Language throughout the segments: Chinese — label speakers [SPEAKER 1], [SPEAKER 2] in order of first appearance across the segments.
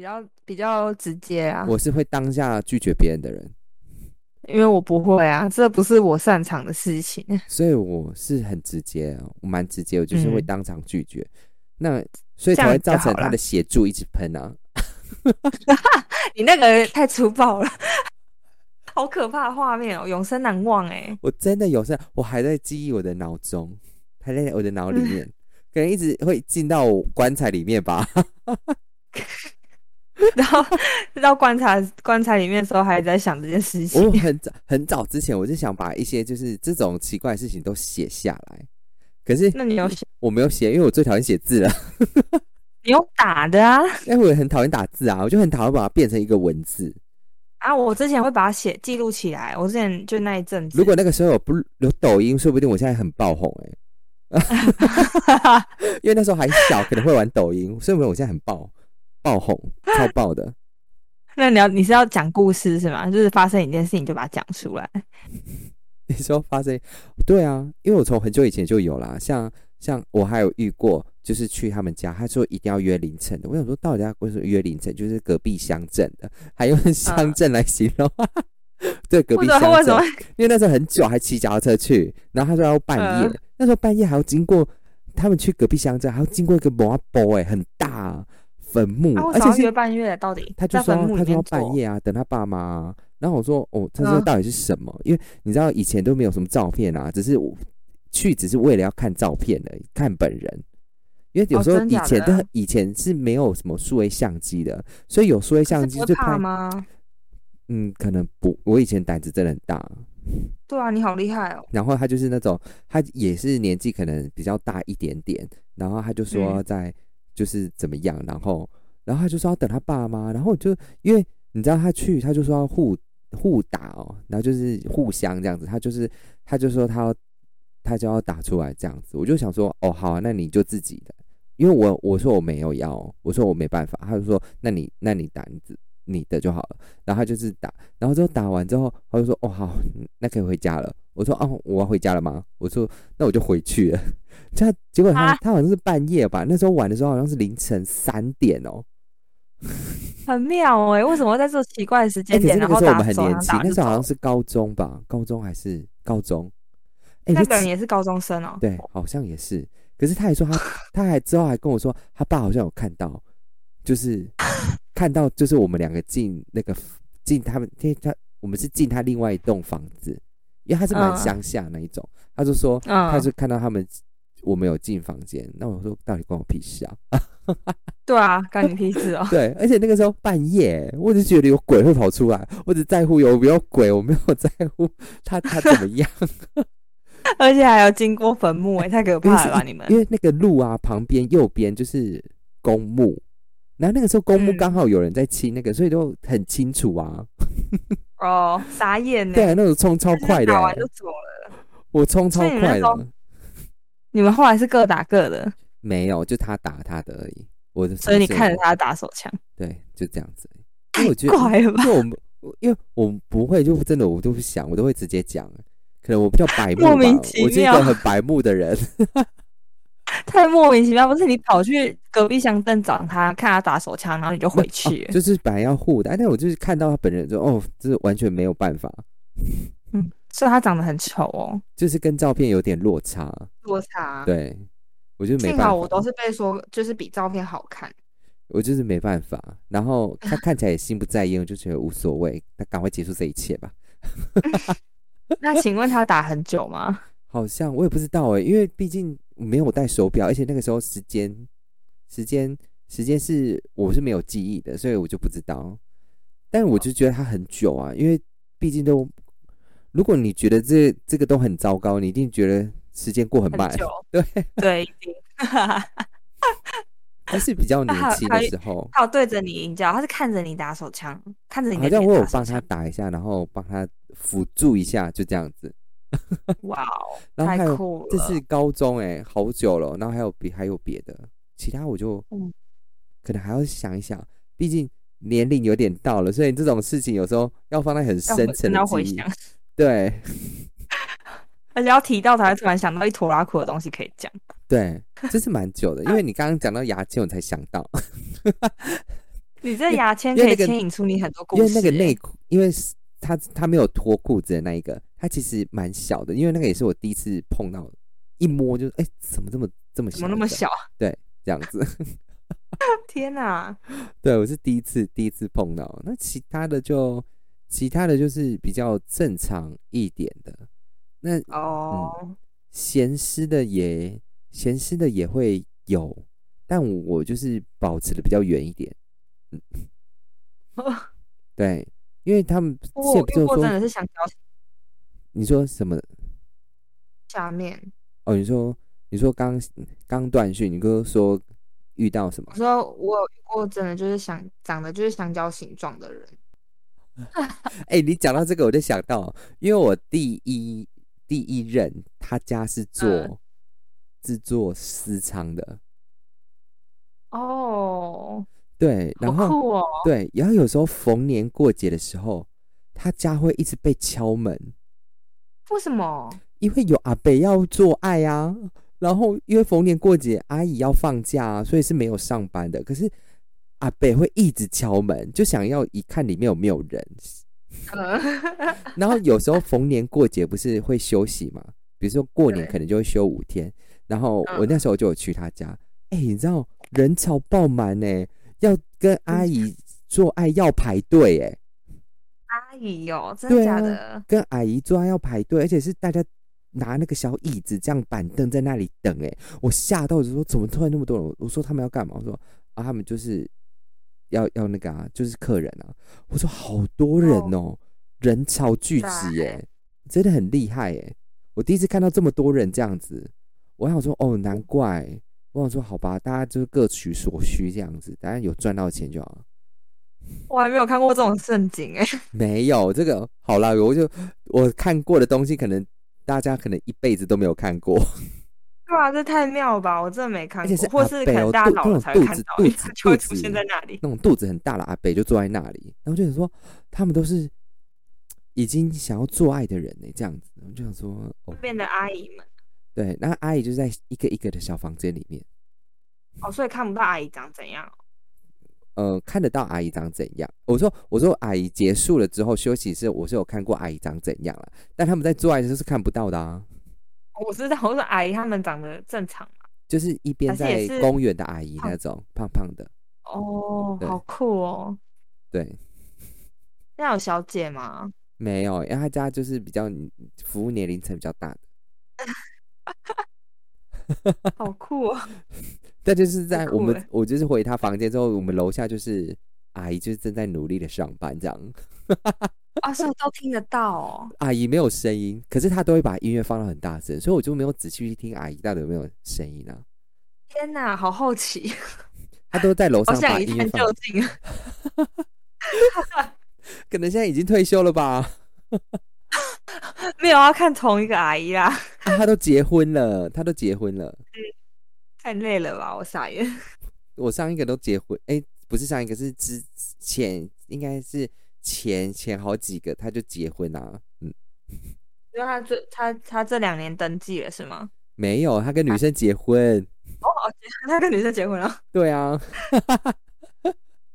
[SPEAKER 1] 较比较直接啊，
[SPEAKER 2] 我是会当下拒绝别人的 人，
[SPEAKER 1] 因为我不会啊，这不是我擅长的事情。
[SPEAKER 2] 所以我是很直接啊，我蛮直接，我就是会
[SPEAKER 1] 嗯
[SPEAKER 2] 当场拒绝。那所
[SPEAKER 1] 这
[SPEAKER 2] 以才
[SPEAKER 1] 样
[SPEAKER 2] 会
[SPEAKER 1] 比较
[SPEAKER 2] 造成
[SPEAKER 1] 好
[SPEAKER 2] 他
[SPEAKER 1] 啦
[SPEAKER 2] 的血柱一直喷啊。
[SPEAKER 1] 你那个太粗暴了， 好可怕的画面哦，永生难忘哎、
[SPEAKER 2] 我真的有时候我还在记忆我的脑中，还在我的脑里 面，可能一直会进到我棺材里面吧。
[SPEAKER 1] 然后到棺材棺材里面的时候，还在想这件事情。
[SPEAKER 2] 我很早很早之前我就想把一些就是这种奇怪的事情都写下来，可是
[SPEAKER 1] 那你有写
[SPEAKER 2] 我没有写，因为我最讨厌写字了。
[SPEAKER 1] 你用打的啊？
[SPEAKER 2] 但我也很讨厌打字啊，我就很讨厌把它变成一个文字。
[SPEAKER 1] 啊，我之前会把它写记录起来，我之前就那一阵子。
[SPEAKER 2] 如果那个时候有不有抖音，说不定我现在很爆红哎、因为那时候还小，可能会玩抖音，所以我现在很爆爆红，超爆的。
[SPEAKER 1] 那你要你是要讲故事是吗？就是发生一件事情就把它讲出来。
[SPEAKER 2] 你说发生？对啊，因为我从很久以前就有啦，像像我还有遇过，就是去他们家，他说一定要约凌晨的。我想说，到底要为什么约凌晨？就是隔壁乡镇的，还用乡镇来形容。 对，隔
[SPEAKER 1] 为
[SPEAKER 2] 壁
[SPEAKER 1] 什么为
[SPEAKER 2] 乡
[SPEAKER 1] 什
[SPEAKER 2] 镇
[SPEAKER 1] 么，？
[SPEAKER 2] 因为那时候很久，还骑脚踏车去，然后他说要半夜，
[SPEAKER 1] 嗯
[SPEAKER 2] 那时候半夜还要经过他们去隔壁乡镇，还要经过一个摩波，哎，很大、坟 墓，
[SPEAKER 1] 啊，为
[SPEAKER 2] 而
[SPEAKER 1] 什么
[SPEAKER 2] 且
[SPEAKER 1] 要
[SPEAKER 2] 是
[SPEAKER 1] 约半月到底
[SPEAKER 2] 他就
[SPEAKER 1] 在
[SPEAKER 2] 说
[SPEAKER 1] 坟墓
[SPEAKER 2] 他
[SPEAKER 1] 里
[SPEAKER 2] 说
[SPEAKER 1] 面
[SPEAKER 2] 要
[SPEAKER 1] 做
[SPEAKER 2] 半夜啊，等他爸妈啊、然后我说哦，他这
[SPEAKER 1] 嗯
[SPEAKER 2] 到底是什么？因为你知道以前都没有什么照片啊，只是我去只是为了要看照片而已，看本人。因为有
[SPEAKER 1] 哦
[SPEAKER 2] 时候
[SPEAKER 1] 真
[SPEAKER 2] 以
[SPEAKER 1] 假
[SPEAKER 2] 前都
[SPEAKER 1] 的
[SPEAKER 2] 很以前是没有什么数位相机的，所以有数位相
[SPEAKER 1] 可
[SPEAKER 2] 机
[SPEAKER 1] 是不
[SPEAKER 2] 就
[SPEAKER 1] 会
[SPEAKER 2] 拍
[SPEAKER 1] 怕吗？
[SPEAKER 2] 嗯，可能不，我以前胆子真的很大。
[SPEAKER 1] 对啊，你好厉害哦！
[SPEAKER 2] 然后他就是那种，他也是年纪可能比较大一点点，然后他就说
[SPEAKER 1] 嗯
[SPEAKER 2] 在就是怎么样，然后然后他就说要等他爸妈，然后我就因为你知道他去，他就说要互互打哦，然后就是互相这样子，他就是他就说他要他就要打出来这样子，我就想说哦好啊，那你就自己的，因为我我说我没有要，哦我说我没办法，他就说那你那你打你自你的就好了，然后他就是打，然后之后打完之后，他就说哦好，那可以回家了。我说哦，我要回家了吗？我说那我就回去 了。这样结果他、
[SPEAKER 1] 啊
[SPEAKER 2] 他好像是半夜吧，那时候玩的时候好像是凌晨三点哦。
[SPEAKER 1] 很妙哎、为什么会在这奇怪的时
[SPEAKER 2] 哎、
[SPEAKER 1] 间
[SPEAKER 2] 可是
[SPEAKER 1] 点，然
[SPEAKER 2] 那个
[SPEAKER 1] 后
[SPEAKER 2] 时候我
[SPEAKER 1] 打
[SPEAKER 2] 们很
[SPEAKER 1] 手枪
[SPEAKER 2] 年轻
[SPEAKER 1] 打，
[SPEAKER 2] 那
[SPEAKER 1] 就
[SPEAKER 2] 时候好
[SPEAKER 1] 走
[SPEAKER 2] 像？是高中吧，高中还是高中？哎、
[SPEAKER 1] 那
[SPEAKER 2] 这
[SPEAKER 1] 个人也是高中生哦。
[SPEAKER 2] 对，好像也是。可是他还说 他，他还之后还跟我说，他爸好像有看到，就是看到就是我们两个进那个进他们，因为他我们是进他另外一栋房子，因为他是蛮
[SPEAKER 1] 嗯
[SPEAKER 2] 乡下那一种，他就说
[SPEAKER 1] 嗯，
[SPEAKER 2] 他是看到他们我们有进房间，那我说到底关我屁事啊？！
[SPEAKER 1] 对啊，干你屁事哦
[SPEAKER 2] 对，而且那个时候半夜，我只是觉得有鬼会跑出来，我只在乎有没有鬼，我没有在乎他他怎么样。
[SPEAKER 1] 而且还有经过坟墓哎、太可
[SPEAKER 2] 因为
[SPEAKER 1] 怕
[SPEAKER 2] 是
[SPEAKER 1] 了吧
[SPEAKER 2] 一
[SPEAKER 1] 你们！
[SPEAKER 2] 因为那个路啊，旁边右边就是公墓，然后那个时候公墓
[SPEAKER 1] 嗯
[SPEAKER 2] 刚好有人在清那个，所以都很清楚啊。
[SPEAKER 1] 哦，傻眼呢、
[SPEAKER 2] 对啊，那种冲超快的
[SPEAKER 1] 打
[SPEAKER 2] 欸、
[SPEAKER 1] 完就走了。
[SPEAKER 2] 我冲超
[SPEAKER 1] 所以你们
[SPEAKER 2] 快
[SPEAKER 1] 那时候
[SPEAKER 2] 的，
[SPEAKER 1] 你们后来是各打各的，
[SPEAKER 2] 没有，就他打他的而已。我的
[SPEAKER 1] 所以你看着
[SPEAKER 2] 着，
[SPEAKER 1] 他打手枪，
[SPEAKER 2] 对，就这样子而已。因为我觉得，
[SPEAKER 1] 怪了吧？
[SPEAKER 2] 因为我们我因为我不会，就真的我都不想，我都会直接讲。啊可能我比较白目吧，
[SPEAKER 1] 莫名其
[SPEAKER 2] 我是一
[SPEAKER 1] 妙
[SPEAKER 2] 个很白目的人。
[SPEAKER 1] 太莫名其妙，不是你跑去隔壁乡镇找他，看他打手枪，然后你就回去欸
[SPEAKER 2] 哦，就是本来要护的，但是我就是看到他本人之后，哦，这完全没有办法，
[SPEAKER 1] 所以他长得很丑哦，
[SPEAKER 2] 就是跟照片有点落差。
[SPEAKER 1] 落差。
[SPEAKER 2] 对，我就
[SPEAKER 1] 幸
[SPEAKER 2] 没办法，
[SPEAKER 1] 好我都是被说就是比照片好看，
[SPEAKER 2] 我就是没办法。然后 他看起来也心不在焉，我就觉得无所谓，那赶快结束这一切吧。
[SPEAKER 1] 那请问他打很久 吗？
[SPEAKER 2] 好像我也不知道哎、因为毕竟没有戴手表，而且那个时候时间时间时间是我是没有记忆的，所以我就不知道。但我就觉得他很久啊，因为毕竟都，如果你觉得这这个都很糟糕，你一定觉得时间过很慢
[SPEAKER 1] 很，久，
[SPEAKER 2] 对
[SPEAKER 1] 对，一定。
[SPEAKER 2] 还是比较年
[SPEAKER 1] 那还
[SPEAKER 2] 轻
[SPEAKER 1] 还
[SPEAKER 2] 的时 候。
[SPEAKER 1] 他有对着你引教，他是看着你打手枪，看着你的
[SPEAKER 2] 好像
[SPEAKER 1] 脸
[SPEAKER 2] 我有
[SPEAKER 1] 打手
[SPEAKER 2] 帮他
[SPEAKER 1] 枪。
[SPEAKER 2] 打一下，然后帮他辅助一下，就这样子。
[SPEAKER 1] 哇哦，
[SPEAKER 2] 然后还
[SPEAKER 1] 太
[SPEAKER 2] 有
[SPEAKER 1] 酷了！
[SPEAKER 2] 这是高中哎、好久了。然后还有别还有别的，其他我就
[SPEAKER 1] 嗯
[SPEAKER 2] 可能还要想一想，毕竟年龄有点到了，所以这种事情有时候要放在很
[SPEAKER 1] 要
[SPEAKER 2] 深
[SPEAKER 1] 回
[SPEAKER 2] 层
[SPEAKER 1] 真的
[SPEAKER 2] 的
[SPEAKER 1] 要回
[SPEAKER 2] 记忆
[SPEAKER 1] 想。，
[SPEAKER 2] 对
[SPEAKER 1] 而且要提到才会突然想到一坨拉苦的东西可以讲。
[SPEAKER 2] 对，这是蛮久的，因为你刚刚讲到牙签，我才想到。
[SPEAKER 1] 你这牙签
[SPEAKER 2] 因
[SPEAKER 1] 可
[SPEAKER 2] 为
[SPEAKER 1] 以
[SPEAKER 2] 那个
[SPEAKER 1] 牵引出你很多故
[SPEAKER 2] 因
[SPEAKER 1] 事、
[SPEAKER 2] 为那个内裤，因为是他他没有脱裤子的那一个，他其实蛮小的，因为那个也是我第一次碰到，一摸就哎、怎么这么这么小，
[SPEAKER 1] 怎么那么小？
[SPEAKER 2] 这样子？
[SPEAKER 1] 天哪、
[SPEAKER 2] 对我是第一次第一次碰到，那其他的就其他的就是比较正常一点的，那
[SPEAKER 1] 哦、
[SPEAKER 2] 咸湿的也咸湿的也会有，但我就是保持的比较远一点，嗯对，因为他们
[SPEAKER 1] 哦我哦我
[SPEAKER 2] 现不
[SPEAKER 1] 遇
[SPEAKER 2] 是
[SPEAKER 1] 过真
[SPEAKER 2] 说
[SPEAKER 1] 的是想搞
[SPEAKER 2] 你说什么
[SPEAKER 1] 下面。
[SPEAKER 2] 哦，你说你说刚刚断讯，你哥说遇到什么
[SPEAKER 1] 我？说我有遇过真的就是想长得就是香蕉形状的人，
[SPEAKER 2] 哎、你讲到这个，我就想到，因为我第一第一任他家是做
[SPEAKER 1] 嗯
[SPEAKER 2] 制作私娼的，
[SPEAKER 1] 哦，
[SPEAKER 2] 对，
[SPEAKER 1] 好
[SPEAKER 2] 然后
[SPEAKER 1] 酷哦，
[SPEAKER 2] 对，然后有时候逢年过节的时候，他家会一直被敲门，
[SPEAKER 1] 为什么？
[SPEAKER 2] 因为有阿伯要做爱啊，然后因为逢年过节阿姨要放假啊，所以是没有上班的。可是阿伯会一直敲门，就想要一看里面有没有人。
[SPEAKER 1] 嗯，
[SPEAKER 2] 然后有时候逢年过节不是会休息嘛，比如说过年
[SPEAKER 1] 对
[SPEAKER 2] 可能就会休五天。然后
[SPEAKER 1] 嗯
[SPEAKER 2] 我那时候就有去他家，哎、你知道人潮爆满呢、要跟阿
[SPEAKER 1] 嗯
[SPEAKER 2] 姨做爱要排队哎、
[SPEAKER 1] 阿姨哦，真
[SPEAKER 2] 对
[SPEAKER 1] 的
[SPEAKER 2] 啊
[SPEAKER 1] 假的？
[SPEAKER 2] 跟阿姨做爱要排队，而且是大家拿那个小椅子这样板凳在那里等、欸，我吓到，我就说怎么突然那么多人？我说他们要干嘛？我说啊，他们就是要要那个啊，就是客人啊。我说好多人哦、人潮聚集、欸，真的很厉害、欸，我第一次看到这么多人这样子，我想说哦，难怪。我想说，好吧，大家就是各取所需这样子，当然有赚到钱就好了。
[SPEAKER 1] 我还没有看过这种盛景哎、
[SPEAKER 2] 没有这个，好啦，我就我看过的东西，可能大家可能一辈子都没有看过，
[SPEAKER 1] 对啊，这太妙了吧！我真的没看
[SPEAKER 2] 而
[SPEAKER 1] 过
[SPEAKER 2] 且，是
[SPEAKER 1] 或
[SPEAKER 2] 阿
[SPEAKER 1] 是
[SPEAKER 2] 伯
[SPEAKER 1] 可能
[SPEAKER 2] 哦
[SPEAKER 1] 大家
[SPEAKER 2] 肚
[SPEAKER 1] 老
[SPEAKER 2] 那
[SPEAKER 1] 了
[SPEAKER 2] 种
[SPEAKER 1] 才会
[SPEAKER 2] 肚
[SPEAKER 1] 看
[SPEAKER 2] 子
[SPEAKER 1] 到
[SPEAKER 2] 肚
[SPEAKER 1] 欸，
[SPEAKER 2] 子
[SPEAKER 1] 就会
[SPEAKER 2] 肚
[SPEAKER 1] 出现
[SPEAKER 2] 子
[SPEAKER 1] 在那里。
[SPEAKER 2] 那种肚子很大的阿北就坐在那里，然后就想说，他们都是已经想要做爱的人呢，这样子，我就想说，哦，
[SPEAKER 1] 变的阿姨们
[SPEAKER 2] 对，那阿姨就在一个一个的小房间里面，
[SPEAKER 1] 哦，所以看不到阿姨长怎样。哦
[SPEAKER 2] 呃，看得到阿姨长怎样。我说，我说阿姨结束了之后休息室，我是有看过阿姨长怎样了，但他们在做爱的时候是看不到的啊，
[SPEAKER 1] 我知道，我说阿姨她们长得正常嘛
[SPEAKER 2] 就是一边
[SPEAKER 1] 还是
[SPEAKER 2] 在
[SPEAKER 1] 也是
[SPEAKER 2] 公园的阿姨
[SPEAKER 1] 胖
[SPEAKER 2] 那种胖胖的，
[SPEAKER 1] 哦，
[SPEAKER 2] 对
[SPEAKER 1] 好酷哦！
[SPEAKER 2] 对。
[SPEAKER 1] 那有小姐吗？
[SPEAKER 2] 没有，因为他家就是比较服务年龄层比较大的，
[SPEAKER 1] 好酷 哦！
[SPEAKER 2] 但就是在
[SPEAKER 1] 太酷
[SPEAKER 2] 我们
[SPEAKER 1] 了
[SPEAKER 2] 我就是回他房间之后，我们楼下就是阿姨就是正在努力的上班这样，
[SPEAKER 1] 啊，所以都听得到哦。
[SPEAKER 2] 阿姨没有声音，可是她都会把音乐放到很大声，所以我就没有仔细去听阿姨到底有没有声音啊，
[SPEAKER 1] 天哪，好好奇，
[SPEAKER 2] 她都在楼
[SPEAKER 1] 好
[SPEAKER 2] 上
[SPEAKER 1] 想
[SPEAKER 2] 把
[SPEAKER 1] 一
[SPEAKER 2] 音乐
[SPEAKER 1] 探
[SPEAKER 2] 放
[SPEAKER 1] 究，竟。啊
[SPEAKER 2] 可能现在已经退休了吧， 啊
[SPEAKER 1] 没有要看同一个阿姨啦，
[SPEAKER 2] 她都结婚了，她都结婚了，
[SPEAKER 1] 太累了吧？我傻眼。
[SPEAKER 2] 我上一个都结婚，哎、不是上一个是之前应该是前前好几个她就结婚啊，嗯，
[SPEAKER 1] 因为她这她她这两年登记了是吗？
[SPEAKER 2] 没有，她跟女生结婚。
[SPEAKER 1] 哦， 她跟女生结婚了，
[SPEAKER 2] 对啊，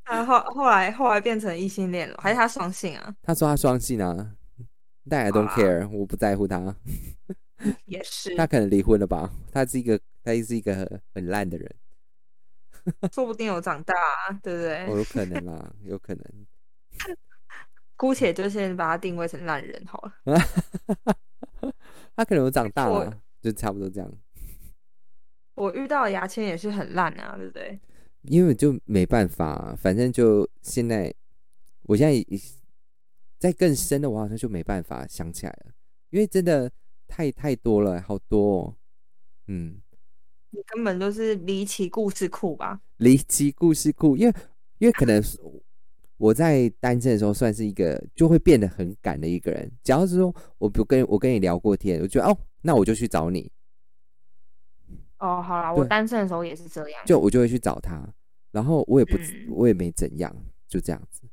[SPEAKER 1] 啊后后来后来变成异性恋了，还是她双性 啊？
[SPEAKER 2] 他说他双性啊，但 I
[SPEAKER 1] 好
[SPEAKER 2] don't
[SPEAKER 1] 啦嗯
[SPEAKER 2] care，我不在乎他，
[SPEAKER 1] 也是，
[SPEAKER 2] 他可能离婚了吧？他是一个，他是一个很很烂的人，
[SPEAKER 1] 说不定有长大、啊，对不对？
[SPEAKER 2] 哦，有可能啦，有可能。
[SPEAKER 1] 姑且就先把它定位成烂人好了。
[SPEAKER 2] 他可能有长大
[SPEAKER 1] 我
[SPEAKER 2] 了，就差不多这样，
[SPEAKER 1] 我遇到的牙签也是很烂啊，对不对？
[SPEAKER 2] 因为就没办法、啊反正就现在，我现在已在更深的，我好像就没办法想起来了，因为真的太太多了，好多、哦，嗯。
[SPEAKER 1] 你根本就是离奇故事库吧？
[SPEAKER 2] 离奇故事库，因为因为可能是我在单身的时候算是一个就会变得很赶的一个人。只要是说我不跟我跟你聊过天，我觉得哦，那我就去找你，
[SPEAKER 1] 哦，好啦，我
[SPEAKER 2] 对
[SPEAKER 1] 单身的时候也是这样。
[SPEAKER 2] 就我就会去找他，然后我也不、
[SPEAKER 1] 嗯
[SPEAKER 2] 我也没怎样，就这样子。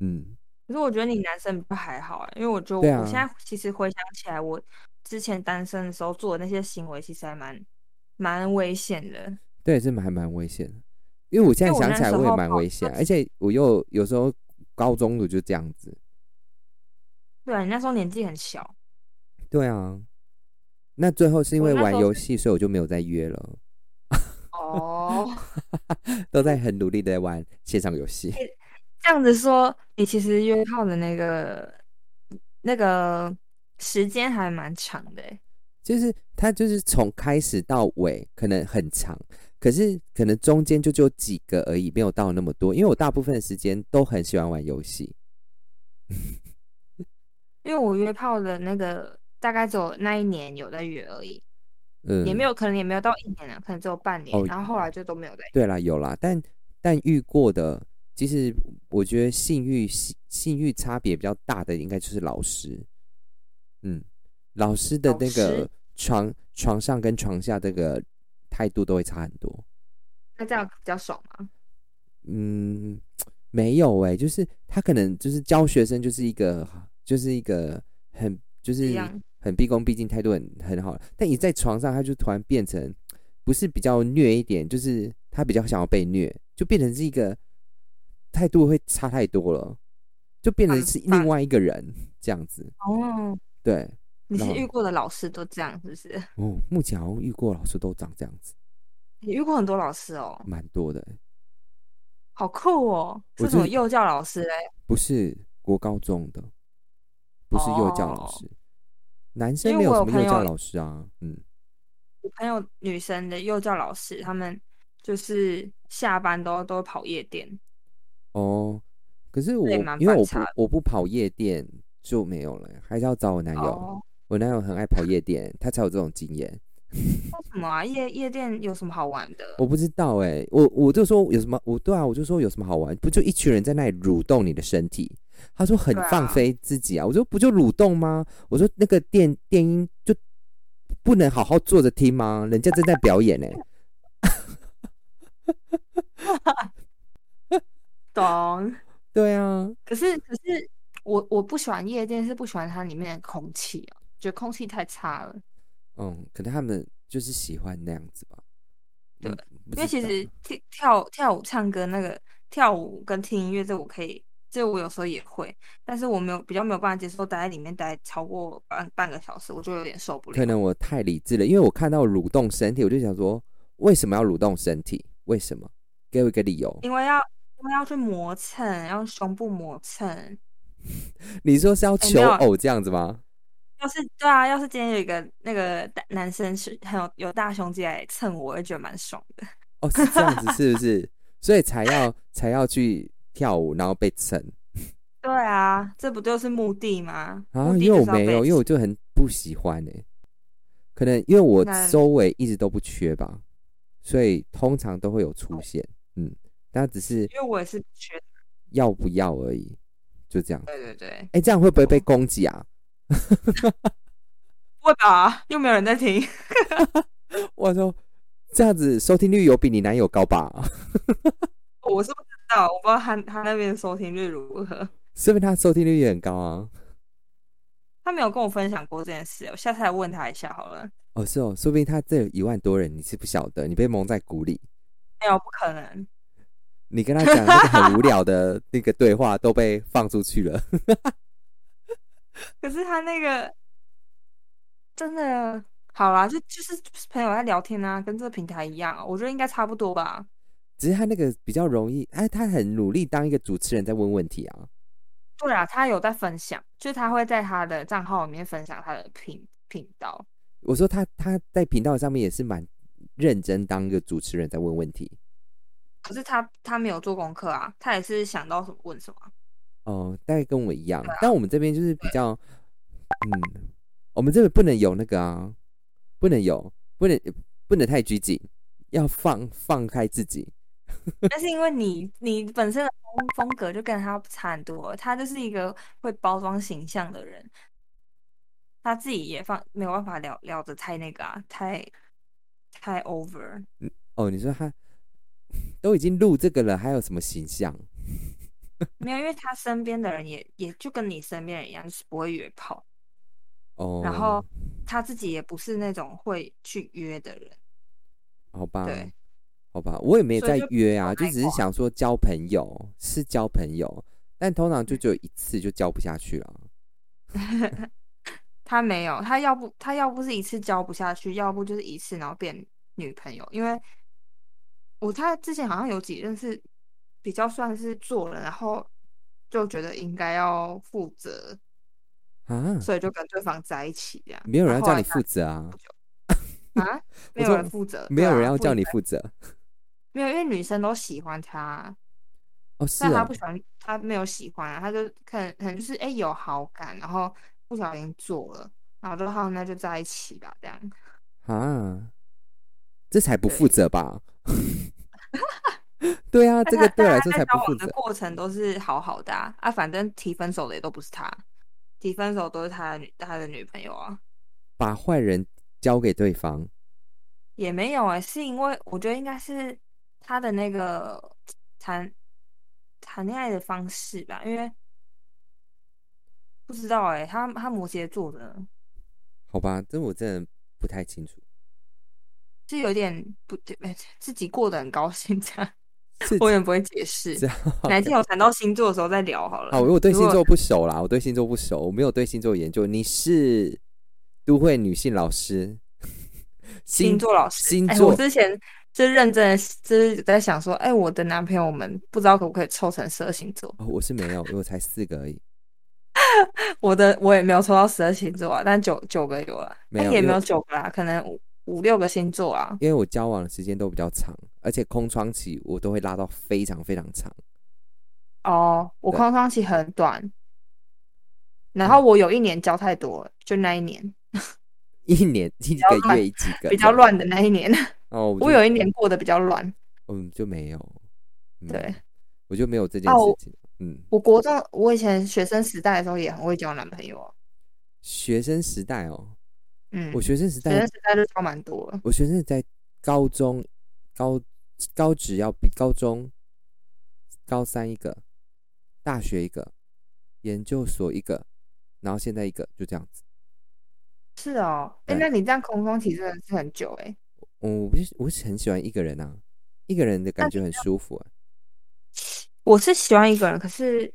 [SPEAKER 2] 嗯，
[SPEAKER 1] 可是我觉得你男生比较还好、啊，因为我觉得
[SPEAKER 2] 对
[SPEAKER 1] 我,、
[SPEAKER 2] 啊
[SPEAKER 1] 现在其实回想起来，我之前单身的时候做的那些行为，其实还蛮蛮危险的。
[SPEAKER 2] 对，这蛮还蛮危险的。嗯因为我现在
[SPEAKER 1] 因为我
[SPEAKER 2] 想
[SPEAKER 1] 那
[SPEAKER 2] 起来
[SPEAKER 1] 时
[SPEAKER 2] 我也
[SPEAKER 1] 候
[SPEAKER 2] 蛮
[SPEAKER 1] 跑
[SPEAKER 2] 危险，
[SPEAKER 1] 超
[SPEAKER 2] 而且我又有时候高中的就这样子。
[SPEAKER 1] 对啊，你那时候年纪很 小，
[SPEAKER 2] 对啊，那最后是因
[SPEAKER 1] 我
[SPEAKER 2] 为
[SPEAKER 1] 那时
[SPEAKER 2] 玩
[SPEAKER 1] 候
[SPEAKER 2] 游
[SPEAKER 1] 是
[SPEAKER 2] 戏，所以我就没有再约了，
[SPEAKER 1] 哦，
[SPEAKER 2] 都在很努力的玩线上游戏。
[SPEAKER 1] 这样子说，你其实约炮的那个那个时间还蛮长的欸，
[SPEAKER 2] 就是它就是从开始到尾可能很长，可是可能中间就只有几个而已，没有到那么多。因为我大部分的时间都很喜欢玩游戏，
[SPEAKER 1] 因为我约炮的那个大概只有那一年有在约而已，
[SPEAKER 2] 嗯，
[SPEAKER 1] 也没有可能也没有到一年啊了，可能只有半年
[SPEAKER 2] 哦，
[SPEAKER 1] 然后后来就都没有在
[SPEAKER 2] 对啦，有啦，但但遇过的，其实我觉得性欲性性欲差别比较大的，应该就是老师。嗯，老师的
[SPEAKER 1] 老
[SPEAKER 2] 那个
[SPEAKER 1] 师
[SPEAKER 2] 床床上跟床下这个态度都会差很多。
[SPEAKER 1] 那这样比较爽啊嘛。
[SPEAKER 2] 嗯，没有哎、就是他可能就是教学生就是一个就是一个很
[SPEAKER 1] 这
[SPEAKER 2] 就是
[SPEAKER 1] 样
[SPEAKER 2] 很毕恭毕敬，态度很很好，但一在床上他就突然变成不是比较虐一点，就是他比较想要被虐，就变成是一个态度会差太多了，就变成
[SPEAKER 1] 反
[SPEAKER 2] 是
[SPEAKER 1] 反
[SPEAKER 2] 另外一个人这样子。
[SPEAKER 1] 哦，
[SPEAKER 2] 对，
[SPEAKER 1] 你
[SPEAKER 2] 然
[SPEAKER 1] 是
[SPEAKER 2] 后
[SPEAKER 1] 遇过的老师都这样是不是？
[SPEAKER 2] 哦，目前好像遇过老师都长这样子，
[SPEAKER 1] 你遇过很多老师哦，
[SPEAKER 2] 蛮多的。
[SPEAKER 1] 好酷哦！
[SPEAKER 2] 我
[SPEAKER 1] 是什么
[SPEAKER 2] 是
[SPEAKER 1] 幼教老师嘞？
[SPEAKER 2] 不是国高中的，不是幼教老
[SPEAKER 1] 哦
[SPEAKER 2] 师，男生
[SPEAKER 1] 因为
[SPEAKER 2] 没有
[SPEAKER 1] 我
[SPEAKER 2] 什
[SPEAKER 1] 有
[SPEAKER 2] 么
[SPEAKER 1] 朋
[SPEAKER 2] 幼教
[SPEAKER 1] 友
[SPEAKER 2] 老师啊。嗯，
[SPEAKER 1] 我朋友女生的幼教老师，他们就是下班都都跑夜店，
[SPEAKER 2] 哦，可是我
[SPEAKER 1] 也蛮
[SPEAKER 2] 因为
[SPEAKER 1] 反
[SPEAKER 2] 我不
[SPEAKER 1] 差的
[SPEAKER 2] 我不跑夜店就没有了，还是要找我男友。
[SPEAKER 1] 哦，
[SPEAKER 2] 我男友很爱跑夜店，他才有这种经验。
[SPEAKER 1] 为什么啊？夜夜店有什么好玩的？
[SPEAKER 2] 我不知道哎、我我就说有什么，我对啊，我就说有什么好玩，不就一群人在那里蠕动你的身体？他说很
[SPEAKER 1] 对啊
[SPEAKER 2] 放飞自己啊，我说不就蠕动吗？我说那个电电音就不能好好坐着听吗？人家正在表演哎呢、
[SPEAKER 1] 懂？
[SPEAKER 2] 对啊，
[SPEAKER 1] 可是可是我我不喜欢夜店，是不喜欢它里面的空气啊，觉得空气太差了。
[SPEAKER 2] 嗯，可能他们就是喜欢那样子吧。
[SPEAKER 1] 对
[SPEAKER 2] 嗯，不
[SPEAKER 1] 因为其
[SPEAKER 2] 知道
[SPEAKER 1] 实跳跳跳舞、唱歌那个跳舞跟听音乐，这我可以，这我有时候也会，但是我没有比较没有办法接受待在里面待超过半半个小时，我就有点受不了。
[SPEAKER 2] 可能我太理智了，因为我看到蠕动身体，我就想说为什么要蠕动身体？为什么？给我一个理由。
[SPEAKER 1] 因为要因为要去磨蹭，要用胸部磨蹭。
[SPEAKER 2] 你说是要
[SPEAKER 1] 哎
[SPEAKER 2] 求
[SPEAKER 1] 没有
[SPEAKER 2] 偶这样子吗？
[SPEAKER 1] 要是对啊，要是今天有一个那个大男生是很有有大胸肌来蹭我，我会觉得蛮爽的。
[SPEAKER 2] 哦，是这样子是 不是？所以才要才要去跳舞，然后被蹭
[SPEAKER 1] 对啊，这不就是目的吗？
[SPEAKER 2] 啊？
[SPEAKER 1] 目的
[SPEAKER 2] 因
[SPEAKER 1] 就
[SPEAKER 2] 为我
[SPEAKER 1] 是要
[SPEAKER 2] 没有，
[SPEAKER 1] 被
[SPEAKER 2] 因为我就很不喜欢哎、可能因为我
[SPEAKER 1] 那
[SPEAKER 2] 周围一直都不缺吧，所以通常都会有出现，嗯，但只是
[SPEAKER 1] 因为我也是觉得，
[SPEAKER 2] 要不要而已，就这样。
[SPEAKER 1] 对对对，
[SPEAKER 2] 哎、这样会不会被攻击啊？
[SPEAKER 1] 不会吧？又没有人在听。
[SPEAKER 2] 我说这样子收听率有比你男友高吧？
[SPEAKER 1] 我是不知道，我不知道他他那边的收听率如何。
[SPEAKER 2] 说不定他收听率也很高啊。
[SPEAKER 1] 他没有跟我分享过这件事，我下次来问他一下好了。
[SPEAKER 2] 哦，是哦，说不定他这有一万多人，你是不晓得，你被蒙在鼓里。
[SPEAKER 1] 没有，不可能。
[SPEAKER 2] 你跟他讲那个很无聊的那个对话都被放出去了，
[SPEAKER 1] 可是他那个真的好啦，就就是朋友在聊天啊，跟这个平台一样，我觉得应该差不多吧。
[SPEAKER 2] 只是他那个比较容易，哎，他很努力当一个主持人在问问题啊。
[SPEAKER 1] 对啊，他有在分享，就是他会在他的账号里面分享他的频频道。
[SPEAKER 2] 我说他他在频道上面也是蛮认真当一个主持人在问问题。
[SPEAKER 1] 可是他他没有做功课啊，他也是想到什么问什么啊。
[SPEAKER 2] 哦，大概跟我一样
[SPEAKER 1] 对啊，
[SPEAKER 2] 但我们这边就是比较，嗯，我们这边不能有那个啊，不能有，不能不能太拘谨，要放放开自己。
[SPEAKER 1] 但是因为你你本身的风风格就跟他差很多，他就是一个会包装形象的人，他自己也放没有办法聊聊的太那个啊，太太 over。
[SPEAKER 2] 哦，你说他都已经录这个了，还有什么形象？
[SPEAKER 1] 没有，因为他身边的人也也就跟你身边人一样，就是不会约炮，
[SPEAKER 2] 哦，
[SPEAKER 1] 然后他自己也不是那种会去约的人，
[SPEAKER 2] 好吧，
[SPEAKER 1] 对
[SPEAKER 2] 好吧，我也没
[SPEAKER 1] 所
[SPEAKER 2] 在
[SPEAKER 1] 以就
[SPEAKER 2] 约
[SPEAKER 1] 不
[SPEAKER 2] 啊，就
[SPEAKER 1] 好开
[SPEAKER 2] 只是
[SPEAKER 1] 挂
[SPEAKER 2] 想说交朋友是交朋友，但通常
[SPEAKER 1] 嗯
[SPEAKER 2] 就只有一次就交不下去了。
[SPEAKER 1] 他没有，他要不他要不是一次交不下去，要不就是一次然后变女朋友。因为我他之前好像有几任是比较算是做了，然后就觉得应该要负责，
[SPEAKER 2] 啊，
[SPEAKER 1] 所以就跟对方在一起这样。
[SPEAKER 2] 没有人
[SPEAKER 1] 然后
[SPEAKER 2] 要叫
[SPEAKER 1] 后
[SPEAKER 2] 你
[SPEAKER 1] 来
[SPEAKER 2] 负责啊，
[SPEAKER 1] 他啊，没有
[SPEAKER 2] 说
[SPEAKER 1] 人负责，
[SPEAKER 2] 没有
[SPEAKER 1] 对啊
[SPEAKER 2] 人要
[SPEAKER 1] 负
[SPEAKER 2] 叫你负责。
[SPEAKER 1] 没有，因为女生都喜欢他，
[SPEAKER 2] 哦，是
[SPEAKER 1] 但他
[SPEAKER 2] 哦
[SPEAKER 1] 不，喜欢，他没有喜欢啊，他就可能可能就是哎、有好感，然后不小心做了，然后就好那就在一起吧，这样。
[SPEAKER 2] 啊，这才不
[SPEAKER 1] 对
[SPEAKER 2] 负责吧？ 对啊，
[SPEAKER 1] 但
[SPEAKER 2] 这
[SPEAKER 1] 他
[SPEAKER 2] 个对我来
[SPEAKER 1] 但
[SPEAKER 2] 说
[SPEAKER 1] 他
[SPEAKER 2] 才
[SPEAKER 1] 在
[SPEAKER 2] 不
[SPEAKER 1] 交
[SPEAKER 2] 负
[SPEAKER 1] 往的
[SPEAKER 2] 责。
[SPEAKER 1] 过程都是好好的啊，啊反正提分手的也都不是他，提分手都是他的女他的女朋友啊，
[SPEAKER 2] 把坏人交给对方，
[SPEAKER 1] 也没有哎、是因为我觉得应该是他的那个谈谈恋爱的方式吧，因为不知道哎、他他摩羯座的。
[SPEAKER 2] 好吧？这我真的不太清楚。
[SPEAKER 1] 就有点不对， 哎自己过得很高兴这 样，
[SPEAKER 2] 是
[SPEAKER 1] 我也不会解释
[SPEAKER 2] 这。样。
[SPEAKER 1] 哪一天我谈到星座的时候再聊好了。
[SPEAKER 2] 好，我对
[SPEAKER 1] 如
[SPEAKER 2] 星
[SPEAKER 1] 果
[SPEAKER 2] 座不熟啦，我对星座不熟，我没有对星座研究。你是都会女性老师，
[SPEAKER 1] 星座老师，
[SPEAKER 2] 星
[SPEAKER 1] 哎，
[SPEAKER 2] 座
[SPEAKER 1] 我之前就是认真的，就是在想说，哎，我的男朋友们不知道可不可以凑成十二星座？
[SPEAKER 2] 哦，我是没有，我才四个而已，
[SPEAKER 1] 我的我也没有抽到十二星座啊，但九九个有了，
[SPEAKER 2] 没有
[SPEAKER 1] 哎也
[SPEAKER 2] 因为
[SPEAKER 1] 没有九个啦，可能五五六个星座啊。
[SPEAKER 2] 因为我交往的时间都比较长，而且空窗期我都会拉到非常非常长。
[SPEAKER 1] 哦，我
[SPEAKER 2] 对嗯
[SPEAKER 1] 空窗期很短，然后我有一年交太多了，就那一年
[SPEAKER 2] 一年一
[SPEAKER 1] 较
[SPEAKER 2] 个
[SPEAKER 1] 乱
[SPEAKER 2] 月一几个
[SPEAKER 1] 比较乱的那一年，
[SPEAKER 2] 哦，我就
[SPEAKER 1] 我有一年过得比较乱。
[SPEAKER 2] 嗯就没有，嗯
[SPEAKER 1] 对，
[SPEAKER 2] 我就没有这件
[SPEAKER 1] 哦
[SPEAKER 2] 事
[SPEAKER 1] 我
[SPEAKER 2] 情。嗯，
[SPEAKER 1] 我国中，我以前学生时代的时候也很会交男朋友啊，
[SPEAKER 2] 学生时代哦，
[SPEAKER 1] 嗯，
[SPEAKER 2] 我
[SPEAKER 1] 学
[SPEAKER 2] 学生时代
[SPEAKER 1] 生时代就交蛮多了，
[SPEAKER 2] 我学生在高中、高高职要毕，高中、高三一个，大学一个，研究所一个，然后现在一个，就这样子。
[SPEAKER 1] 是哦，哎、
[SPEAKER 2] 对
[SPEAKER 1] 那你这样空空期真的是很久哎、
[SPEAKER 2] 嗯，我不是我是很喜欢一个人啊，一个人的感觉很舒服、啊。
[SPEAKER 1] 我是喜欢一个人，可是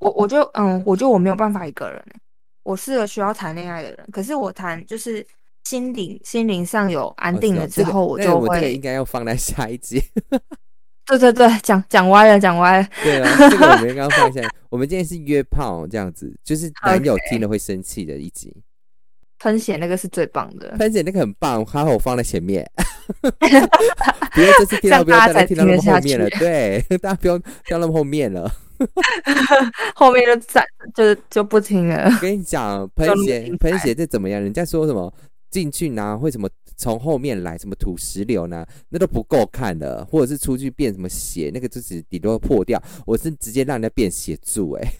[SPEAKER 1] 我我就嗯，我觉得我没有办法一个人欸，我是个需要谈恋爱的人，可是我谈就是心灵心灵上有安
[SPEAKER 2] 哦
[SPEAKER 1] 定
[SPEAKER 2] 是哦
[SPEAKER 1] 了
[SPEAKER 2] 这
[SPEAKER 1] 之
[SPEAKER 2] 个
[SPEAKER 1] 后，我
[SPEAKER 2] 那
[SPEAKER 1] 就
[SPEAKER 2] 我这个
[SPEAKER 1] 会，
[SPEAKER 2] 应该要放在下一集。
[SPEAKER 1] 对对对，讲讲歪了，讲歪了，
[SPEAKER 2] 对啊，这个我们刚刚放下。我们今天是约炮这样子，就是男友听了会生气的一集。
[SPEAKER 1] 喷血那个是最棒的，
[SPEAKER 2] 但是那个很棒，还好我放在前面。 不要这次听到，不
[SPEAKER 1] 这
[SPEAKER 2] 要
[SPEAKER 1] 样大
[SPEAKER 2] 再来
[SPEAKER 1] 家才
[SPEAKER 2] 听到那么后面了。
[SPEAKER 1] 听
[SPEAKER 2] 对， 大家不要到那么后面了。
[SPEAKER 1] 后面就暂就就不听了，
[SPEAKER 2] 我跟你讲，喷
[SPEAKER 1] 那么
[SPEAKER 2] 血
[SPEAKER 1] 精彩
[SPEAKER 2] 喷血这怎么样？人家说什么进去呢？会什么从后面来？什么土石流呢？那都不够看的，或者是出去变什么血，那个就只顶多破掉。我是直接让人家变血柱、欸，哎，